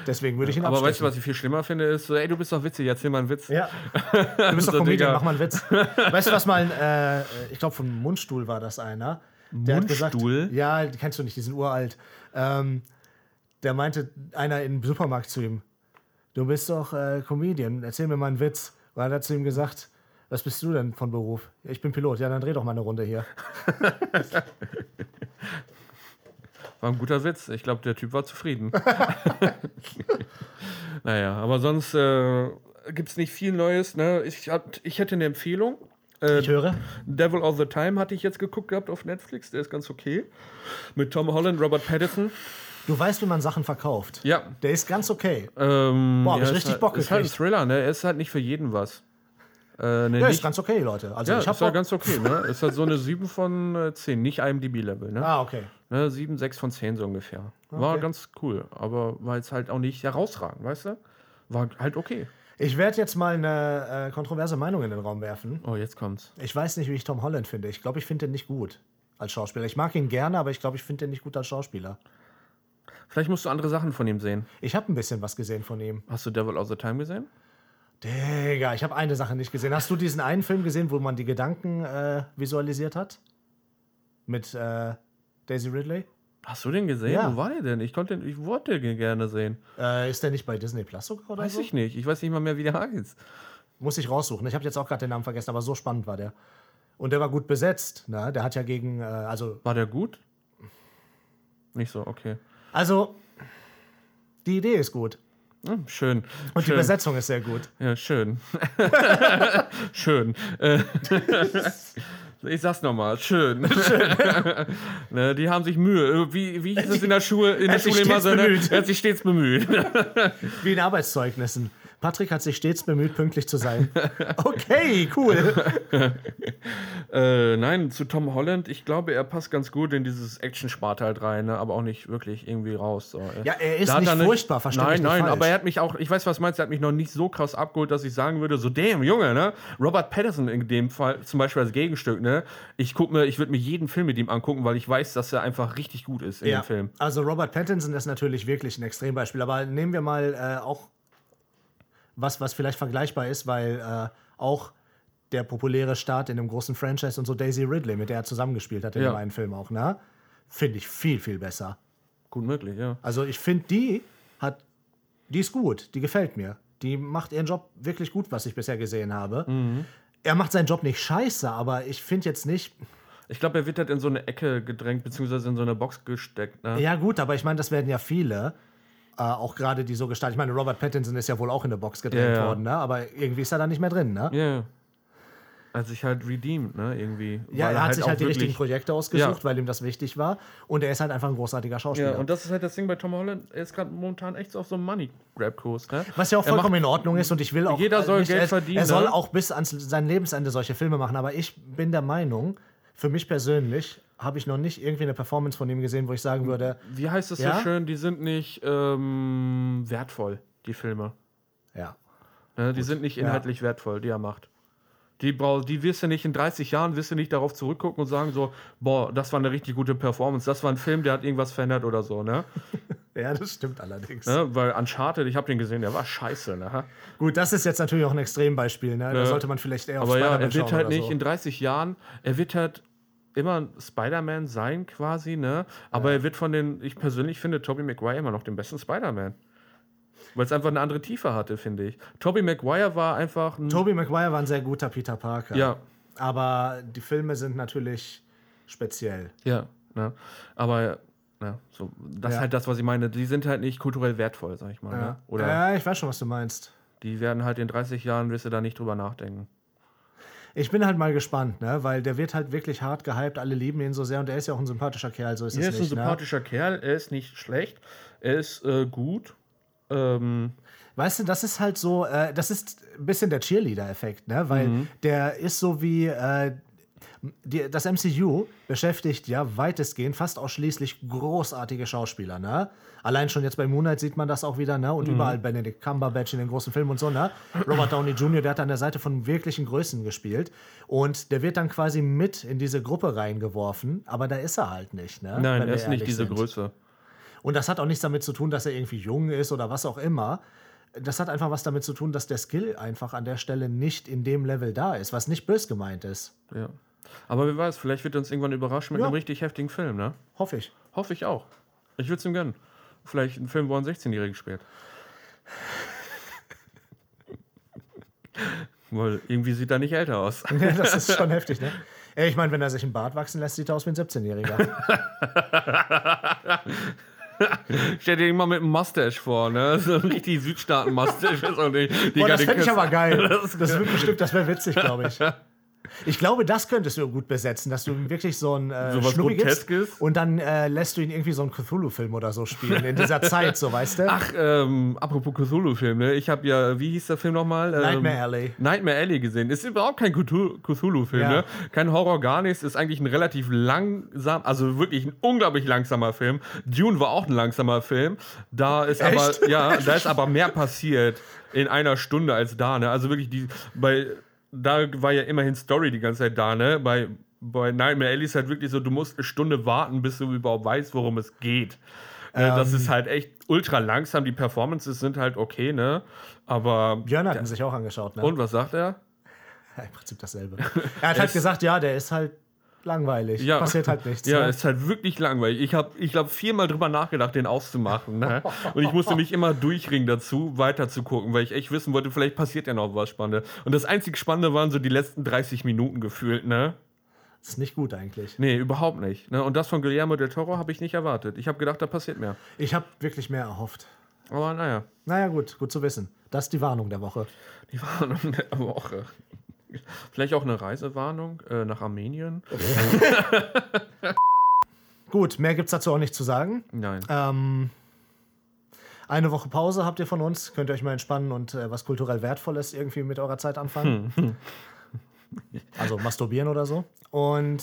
Speaker 4: Deswegen würde ich ihn
Speaker 3: Aber weißt du,
Speaker 4: abstechen.
Speaker 3: was ich viel schlimmer finde, ist so, ey, du bist doch witzig, erzähl mal einen Witz.
Speaker 4: ja. Du bist doch
Speaker 3: So,
Speaker 4: Comedian,
Speaker 3: Digga.
Speaker 4: mach mal einen Witz. Weißt du, was mal, ein, äh, ich glaube, von Mundstuhl war das einer. Der Hat
Speaker 3: Mundstuhl?
Speaker 4: gesagt, ja, die kennst du nicht, die sind uralt. Ähm, der meinte einer im Supermarkt zu ihm, du bist doch äh, Comedian, erzähl mir mal einen Witz. Und dann hat er zu ihm gesagt, was bist du denn von Beruf? Ich bin Pilot. Ja, dann dreh doch mal eine Runde hier.
Speaker 3: War ein guter Witz. Ich glaube, der Typ war zufrieden. naja, aber sonst äh, gibt es nicht viel Neues. Ne? Ich, hab, ich hätte eine Empfehlung. Äh,
Speaker 4: Ich höre.
Speaker 3: Devil of the Time hatte ich jetzt geguckt gehabt auf Netflix. Der ist ganz okay. Mit Tom Holland, Robert Pattinson.
Speaker 4: Du weißt, wie man Sachen verkauft.
Speaker 3: Ja.
Speaker 4: Der ist ganz okay.
Speaker 3: Ähm,
Speaker 4: Boah, hab
Speaker 3: ja,
Speaker 4: ich
Speaker 3: ist
Speaker 4: richtig
Speaker 3: halt,
Speaker 4: Bock
Speaker 3: Ist halt ein
Speaker 4: gekriegt.
Speaker 3: Thriller, ne? Er ist halt nicht für jeden was. Äh, ne,
Speaker 4: Der ist
Speaker 3: nicht,
Speaker 4: ganz okay, Leute. Also
Speaker 3: ja,
Speaker 4: ich
Speaker 3: ist
Speaker 4: habe
Speaker 3: halt ganz okay, ne? Ist halt so eine 7 von äh, 10, nicht IMDb-Level, ne?
Speaker 4: Ah, okay.
Speaker 3: Ne, 7, 6 von 10 so ungefähr. War ganz cool, aber war jetzt halt auch nicht herausragend, weißt du? War halt okay.
Speaker 4: Ich werde jetzt mal eine äh, kontroverse Meinung in den Raum werfen.
Speaker 3: Oh, jetzt kommt's.
Speaker 4: Ich weiß nicht, wie ich Tom Holland finde. Ich glaube, ich finde ihn nicht gut als Schauspieler. Ich mag ihn gerne, aber ich glaube, ich finde ihn nicht gut als Schauspieler.
Speaker 3: Vielleicht musst du andere Sachen von ihm sehen.
Speaker 4: Ich habe ein bisschen was gesehen von ihm.
Speaker 3: Hast du Devil of the Time gesehen?
Speaker 4: Digga, ich habe eine Sache nicht gesehen. Hast du diesen einen Film gesehen, wo man die Gedanken äh, visualisiert hat? Mit äh, Daisy Ridley?
Speaker 3: Hast du den gesehen?
Speaker 4: Ja.
Speaker 3: Wo war der denn? Ich konnte den, ich wollte den gerne sehen.
Speaker 4: Äh, ist der nicht bei Disney Plus sogar oder
Speaker 3: Weiß
Speaker 4: so?
Speaker 3: ich nicht. Ich weiß nicht mal mehr, wie der heißt.
Speaker 4: Muss ich raussuchen. Ich habe jetzt auch gerade den Namen vergessen, aber so spannend war der. Und der war gut besetzt. Ne? Der hat ja gegen, äh, also
Speaker 3: War der gut? Nicht so, okay.
Speaker 4: Also, die Idee ist gut.
Speaker 3: Hm, schön.
Speaker 4: Und die
Speaker 3: schön.
Speaker 4: Besetzung ist sehr gut.
Speaker 3: Ja, schön. schön. Äh, ich sag's nochmal, schön. ne, die haben sich Mühe. Äh, Wie, wie hieß es in der Schule, in der
Speaker 4: hat sich
Speaker 3: Schule immer
Speaker 4: stets
Speaker 3: so? Ne?
Speaker 4: bemüht.
Speaker 3: Er hat sich stets bemüht.
Speaker 4: Wie in Arbeitszeugnissen. Patrick hat sich stets bemüht, pünktlich zu sein. Okay,
Speaker 3: Also,
Speaker 4: cool.
Speaker 3: äh, nein, zu Tom Holland, ich glaube, er passt ganz gut in dieses Action-Sparte halt rein, ne? aber auch nicht wirklich irgendwie raus. So.
Speaker 4: Ja, er ist
Speaker 3: hat
Speaker 4: nicht
Speaker 3: er
Speaker 4: furchtbar, versteh mich
Speaker 3: Nein,
Speaker 4: nicht
Speaker 3: nein,
Speaker 4: falsch.
Speaker 3: aber er hat mich auch, ich weiß, was meinst, er hat mich noch nicht so krass abgeholt, dass ich sagen würde, so, damn, Junge, ne? Robert Pattinson in dem Fall, zum Beispiel als Gegenstück, ne? Ich guck mir, ich würde mir jeden Film mit ihm angucken, weil ich weiß, dass er einfach richtig gut ist in
Speaker 4: Ja,
Speaker 3: dem Film.
Speaker 4: also Robert Pattinson ist natürlich wirklich ein Extrembeispiel, aber nehmen wir mal äh, auch was, was vielleicht vergleichbar ist, weil äh, auch der populäre Start in einem großen Franchise und so Daisy Ridley, mit der er zusammengespielt hat in
Speaker 3: Ja.
Speaker 4: dem einen Film auch, ne? Finde ich viel, viel besser.
Speaker 3: Gut möglich, ja.
Speaker 4: Also ich finde, die hat, die ist gut, die gefällt mir. Die macht ihren Job wirklich gut, was ich bisher gesehen habe.
Speaker 3: Mhm.
Speaker 4: Er macht seinen Job nicht scheiße, aber ich finde jetzt nicht.
Speaker 3: Ich glaube, er wird halt in so eine Ecke gedrängt, beziehungsweise in so eine Box gesteckt, ne?
Speaker 4: Ja, gut, aber ich meine, das werden ja viele. Äh, auch gerade die so gestaltet. Ich meine, Robert Pattinson ist ja wohl auch in der Box gedrängt
Speaker 3: Ja, ja.
Speaker 4: worden, ne? aber irgendwie ist er da nicht mehr drin. Ne?
Speaker 3: Ja. Er hat sich halt redeemed, ne? Irgendwie.
Speaker 4: Ja,
Speaker 3: Weil
Speaker 4: er hat sich
Speaker 3: auch
Speaker 4: halt die
Speaker 3: wirklich-
Speaker 4: richtigen Projekte ausgesucht,
Speaker 3: Ja.
Speaker 4: weil ihm das wichtig war. Und er ist halt einfach ein großartiger Schauspieler.
Speaker 3: Ja, und das ist halt das Ding bei Tom Holland. Er ist gerade momentan echt so auf so einem Money-Grab-Kurs. Ne?
Speaker 4: Was ja auch
Speaker 3: Er macht-
Speaker 4: vollkommen in Ordnung ist und ich will auch.
Speaker 3: Jeder soll Geld
Speaker 4: er,
Speaker 3: verdienen,
Speaker 4: Er soll
Speaker 3: ne?
Speaker 4: auch bis ans sein Lebensende solche Filme machen, aber ich bin der Meinung, für mich persönlich habe ich noch nicht irgendwie eine Performance von ihm gesehen, wo ich sagen würde,
Speaker 3: Wie heißt es
Speaker 4: Ja?
Speaker 3: so schön? Die sind nicht ähm, wertvoll, die Filme.
Speaker 4: ja.
Speaker 3: Ne? Die sind nicht inhaltlich wertvoll, die er macht. Die, brau- die wirst du nicht in 30 Jahren, wirst du nicht darauf zurückgucken und sagen so, boah, das war eine richtig gute Performance, das war ein Film, der hat irgendwas verändert oder so, ne?
Speaker 4: Ja, das stimmt allerdings.
Speaker 3: ne? Weil Uncharted, ich habe den gesehen, der war scheiße, ne?
Speaker 4: Gut, das ist jetzt natürlich auch ein Extrembeispiel, ne? Da
Speaker 3: Ja.
Speaker 4: sollte man vielleicht eher auf
Speaker 3: Aber ja,
Speaker 4: Spider-Man
Speaker 3: er wird
Speaker 4: schauen
Speaker 3: halt
Speaker 4: oder
Speaker 3: nicht
Speaker 4: so.
Speaker 3: in 30 Jahren, er wird halt immer ein Spider-Man sein quasi, ne? Aber er wird von den, ich persönlich finde Tobey Maguire immer noch den besten Spider-Man. Weil es einfach eine andere Tiefe hatte, finde ich. Tobey Maguire war einfach ein.
Speaker 4: Tobey Maguire war ein sehr guter Peter Parker.
Speaker 3: ja,
Speaker 4: Aber die Filme sind natürlich speziell.
Speaker 3: ja. Ne? Aber ne, so, das ist
Speaker 4: Ja.
Speaker 3: halt das, was ich meine. Die sind halt nicht kulturell wertvoll, sag ich mal. Ne?
Speaker 4: Ja.
Speaker 3: Oder
Speaker 4: ja, ich weiß schon, was du meinst.
Speaker 3: die werden halt in 30 Jahren, wirst du da nicht drüber nachdenken.
Speaker 4: Ich bin halt mal gespannt, ne? weil der wird halt wirklich hart gehypt, alle lieben ihn so sehr und er ist ja auch ein sympathischer Kerl, so ist
Speaker 3: Er
Speaker 4: es
Speaker 3: ist ein
Speaker 4: nicht. ne?
Speaker 3: sympathischer Kerl, er ist nicht schlecht, er ist äh, gut. Ähm,
Speaker 4: Weißt du, das ist halt so, äh, das ist ein bisschen der Cheerleader-Effekt, ne? Weil
Speaker 3: Mhm.
Speaker 4: der ist so wie äh, die, das MCU beschäftigt ja weitestgehend fast ausschließlich großartige Schauspieler, ne? Allein schon jetzt bei Moonlight sieht man das auch wieder, ne?
Speaker 3: Mhm.
Speaker 4: Und überall Benedict Cumberbatch in den großen Filmen und so, ne? Robert Downey Jr., der hat an der Seite von wirklichen Größen gespielt und der wird dann quasi mit in diese Gruppe reingeworfen, aber da ist er halt nicht, ne?
Speaker 3: Nein,
Speaker 4: Wenn
Speaker 3: er
Speaker 4: wir
Speaker 3: ist nicht
Speaker 4: ehrlich
Speaker 3: diese
Speaker 4: sind.
Speaker 3: Größe.
Speaker 4: Und das hat auch nichts damit zu tun, dass er irgendwie jung ist oder was auch immer. Das hat einfach was damit zu tun, dass der Skill einfach an der Stelle nicht in dem Level da ist, was nicht bös gemeint ist.
Speaker 3: Ja. Aber wer weiß, vielleicht wird er uns irgendwann überraschen mit
Speaker 4: Ja.
Speaker 3: einem richtig heftigen Film, ne?
Speaker 4: Hoffe ich.
Speaker 3: Hoffe ich auch. Ich würde es ihm gönnen. Vielleicht ein Film, wo er einen 16-Jährigen spielt. Weil irgendwie sieht er nicht älter aus.
Speaker 4: das ist schon heftig, ne? Ey, ich meine, wenn er sich einen Bart wachsen lässt, sieht er aus wie ein 17-Jähriger.
Speaker 3: Stell dir den mal mit einem Mustache vor, ne? So ein richtig Südstaaten-Mustache. ist auch nicht- die
Speaker 4: Boah,
Speaker 3: ganze
Speaker 4: das fände ich
Speaker 3: Kiste.
Speaker 4: aber geil. Das wird bestimmt, das wäre witzig, glaube ich. Ich glaube, das könntest du gut besetzen, dass du ihm wirklich so ein äh,
Speaker 3: So was
Speaker 4: Schnuffi gibst
Speaker 3: Groteskes?
Speaker 4: und dann äh, lässt du ihn irgendwie so einen Cthulhu-Film oder so spielen in dieser Zeit, so weißt du?
Speaker 3: Ach, ähm, apropos Cthulhu-Film, ne? Ich habe ja, wie hieß der Film nochmal? Ähm,
Speaker 4: Nightmare Alley.
Speaker 3: Nightmare Alley gesehen. Ist überhaupt kein Cthul- Cthulhu-Film,
Speaker 4: Ja.
Speaker 3: ne? Kein Horror, gar nichts. Ist eigentlich ein relativ langsam, also wirklich ein unglaublich langsamer Film. Dune war auch ein langsamer Film. Da ist
Speaker 4: Echt?
Speaker 3: aber, ja, da ist aber mehr passiert in einer Stunde als da, ne? Also wirklich die, bei, da war ja immerhin Story die ganze Zeit da, ne? Bei, bei Nightmare Alley ist halt wirklich so, du musst eine Stunde warten, bis du überhaupt weißt, worum es geht. Ne, das ist halt echt ultra langsam. Die Performances sind halt okay, ne? Aber.
Speaker 4: Björn hat ihn sich auch angeschaut, ne?
Speaker 3: Und was sagt er?
Speaker 4: Ja, Im Prinzip dasselbe. Er hat halt gesagt, ja, der ist halt langweilig.
Speaker 3: Ja.
Speaker 4: Passiert halt nichts.
Speaker 3: Ja,
Speaker 4: ne?
Speaker 3: ist halt wirklich langweilig. Ich habe, ich glaube, viermal drüber nachgedacht, den auszumachen. Ne? Und ich musste mich immer durchringen dazu, weiter zu gucken, weil ich echt wissen wollte, vielleicht passiert ja noch was Spannendes. Und das einzig Spannende waren so die letzten 30 Minuten gefühlt, ne?
Speaker 4: ist nicht gut eigentlich.
Speaker 3: Nee, überhaupt nicht. Ne? Und das von Guillermo del Toro habe ich nicht erwartet. Ich habe gedacht, da passiert mehr.
Speaker 4: Ich habe wirklich mehr erhofft.
Speaker 3: Aber naja,
Speaker 4: Naja, gut, gut zu wissen. Das ist die Warnung der Woche.
Speaker 3: die Warnung der Woche. Vielleicht auch eine Reisewarnung äh, nach Armenien?
Speaker 4: Gut, mehr gibt's dazu auch nicht zu sagen.
Speaker 3: Nein.
Speaker 4: Ähm, eine Woche Pause habt ihr von uns. Könnt ihr euch mal entspannen und äh, was kulturell Wertvolles irgendwie mit eurer Zeit anfangen. Also masturbieren oder so. Und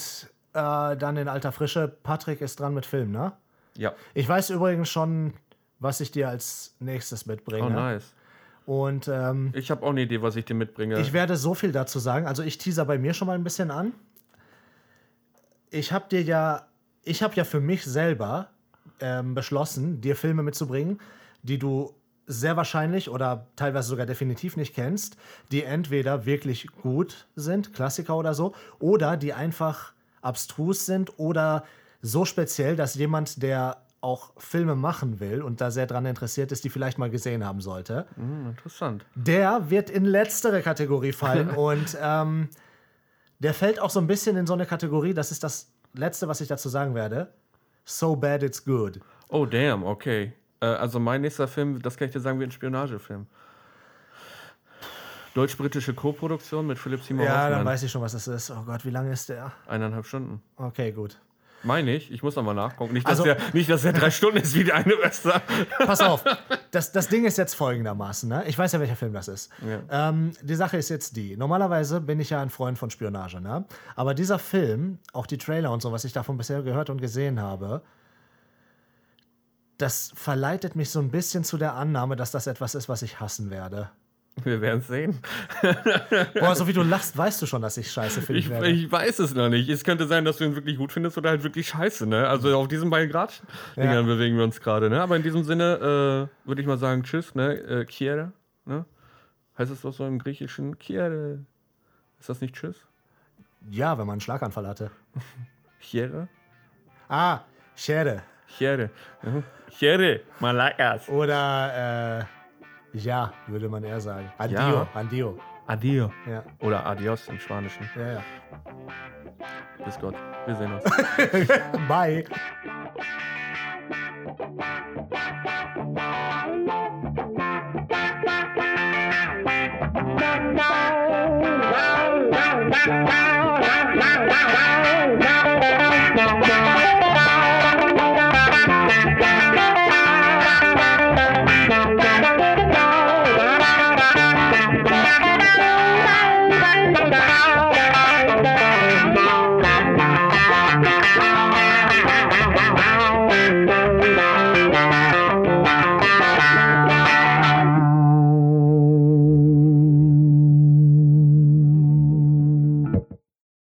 Speaker 4: äh, dann in alter Frische. Patrick ist dran mit Film, ne?
Speaker 3: Ja.
Speaker 4: Ich weiß übrigens schon, was ich dir als nächstes mitbringe.
Speaker 3: Oh, nice.
Speaker 4: Und ähm,
Speaker 3: Ich habe auch eine Idee, was ich dir mitbringe.
Speaker 4: ich werde so viel dazu sagen. Also ich teaser bei mir schon mal ein bisschen an. Ich habe dir ja, ich habe ja für mich selber ähm, beschlossen, dir Filme mitzubringen, die du sehr wahrscheinlich oder teilweise sogar definitiv nicht kennst, die entweder wirklich gut sind, Klassiker oder so, oder die einfach abstrus sind oder so speziell, dass jemand, der auch Filme machen will und da sehr dran interessiert ist, die vielleicht mal gesehen haben sollte.
Speaker 3: Hm, interessant.
Speaker 4: Der wird in letztere Kategorie fallen und ähm, der fällt auch so ein bisschen in so eine Kategorie, das ist das Letzte, was ich dazu sagen werde. So bad it's good.
Speaker 3: Oh, damn, okay. Äh, also mein nächster Film, das kann ich dir sagen, wird ein Spionagefilm. Deutsch-britische Co-Produktion mit Philipp Seymour
Speaker 4: Ja, dann
Speaker 3: Hoffmann.
Speaker 4: weiß ich schon, was das ist. Oh Gott, wie lange ist der?
Speaker 3: Eineinhalb Stunden.
Speaker 4: Okay, gut.
Speaker 3: Meine ich, ich muss nochmal nachgucken. Nicht, dass
Speaker 4: Also-
Speaker 3: der, nicht, dass der drei Stunden ist wie die eine Wester.
Speaker 4: Pass auf, das, das Ding ist jetzt folgendermaßen. Ne? Ich weiß ja, welcher Film das ist. Ähm, die Sache ist jetzt die. Normalerweise bin ich ja ein Freund von Spionage. Ne? Aber dieser Film, auch die Trailer und so, was ich davon bisher gehört und gesehen habe, das verleitet mich so ein bisschen zu der Annahme, dass das etwas ist, was ich hassen werde.
Speaker 3: Wir werden es sehen.
Speaker 4: Boah, so wie du lachst, weißt du schon, dass ich scheiße finden
Speaker 3: Ich,
Speaker 4: werde.
Speaker 3: ich weiß es noch nicht. Es könnte sein, dass du ihn wirklich gut findest oder halt wirklich scheiße, ne? Also auf diesen beiden Grad
Speaker 4: Ja.
Speaker 3: Dingern bewegen wir uns gerade, ne? Aber in diesem Sinne äh, würde ich mal sagen, tschüss, ne? Äh, Kiere, ne? Heißt es doch so im Griechischen Kiere. Ist das nicht tschüss?
Speaker 4: ja, wenn man einen Schlaganfall hatte.
Speaker 3: Chiere?
Speaker 4: Ah, Schere.
Speaker 3: Chiere. Mhm. Chiere, Malakas.
Speaker 4: Oder, äh, ja, würde man eher sagen. Andio,
Speaker 3: Ja.
Speaker 4: andio.
Speaker 3: Adio.
Speaker 4: Ja,
Speaker 3: Oder Adios im Spanischen.
Speaker 4: ja, ja.
Speaker 3: Bis Gott. Wir sehen uns.
Speaker 4: Bye.
Speaker 5: wow, wow, wow, wow.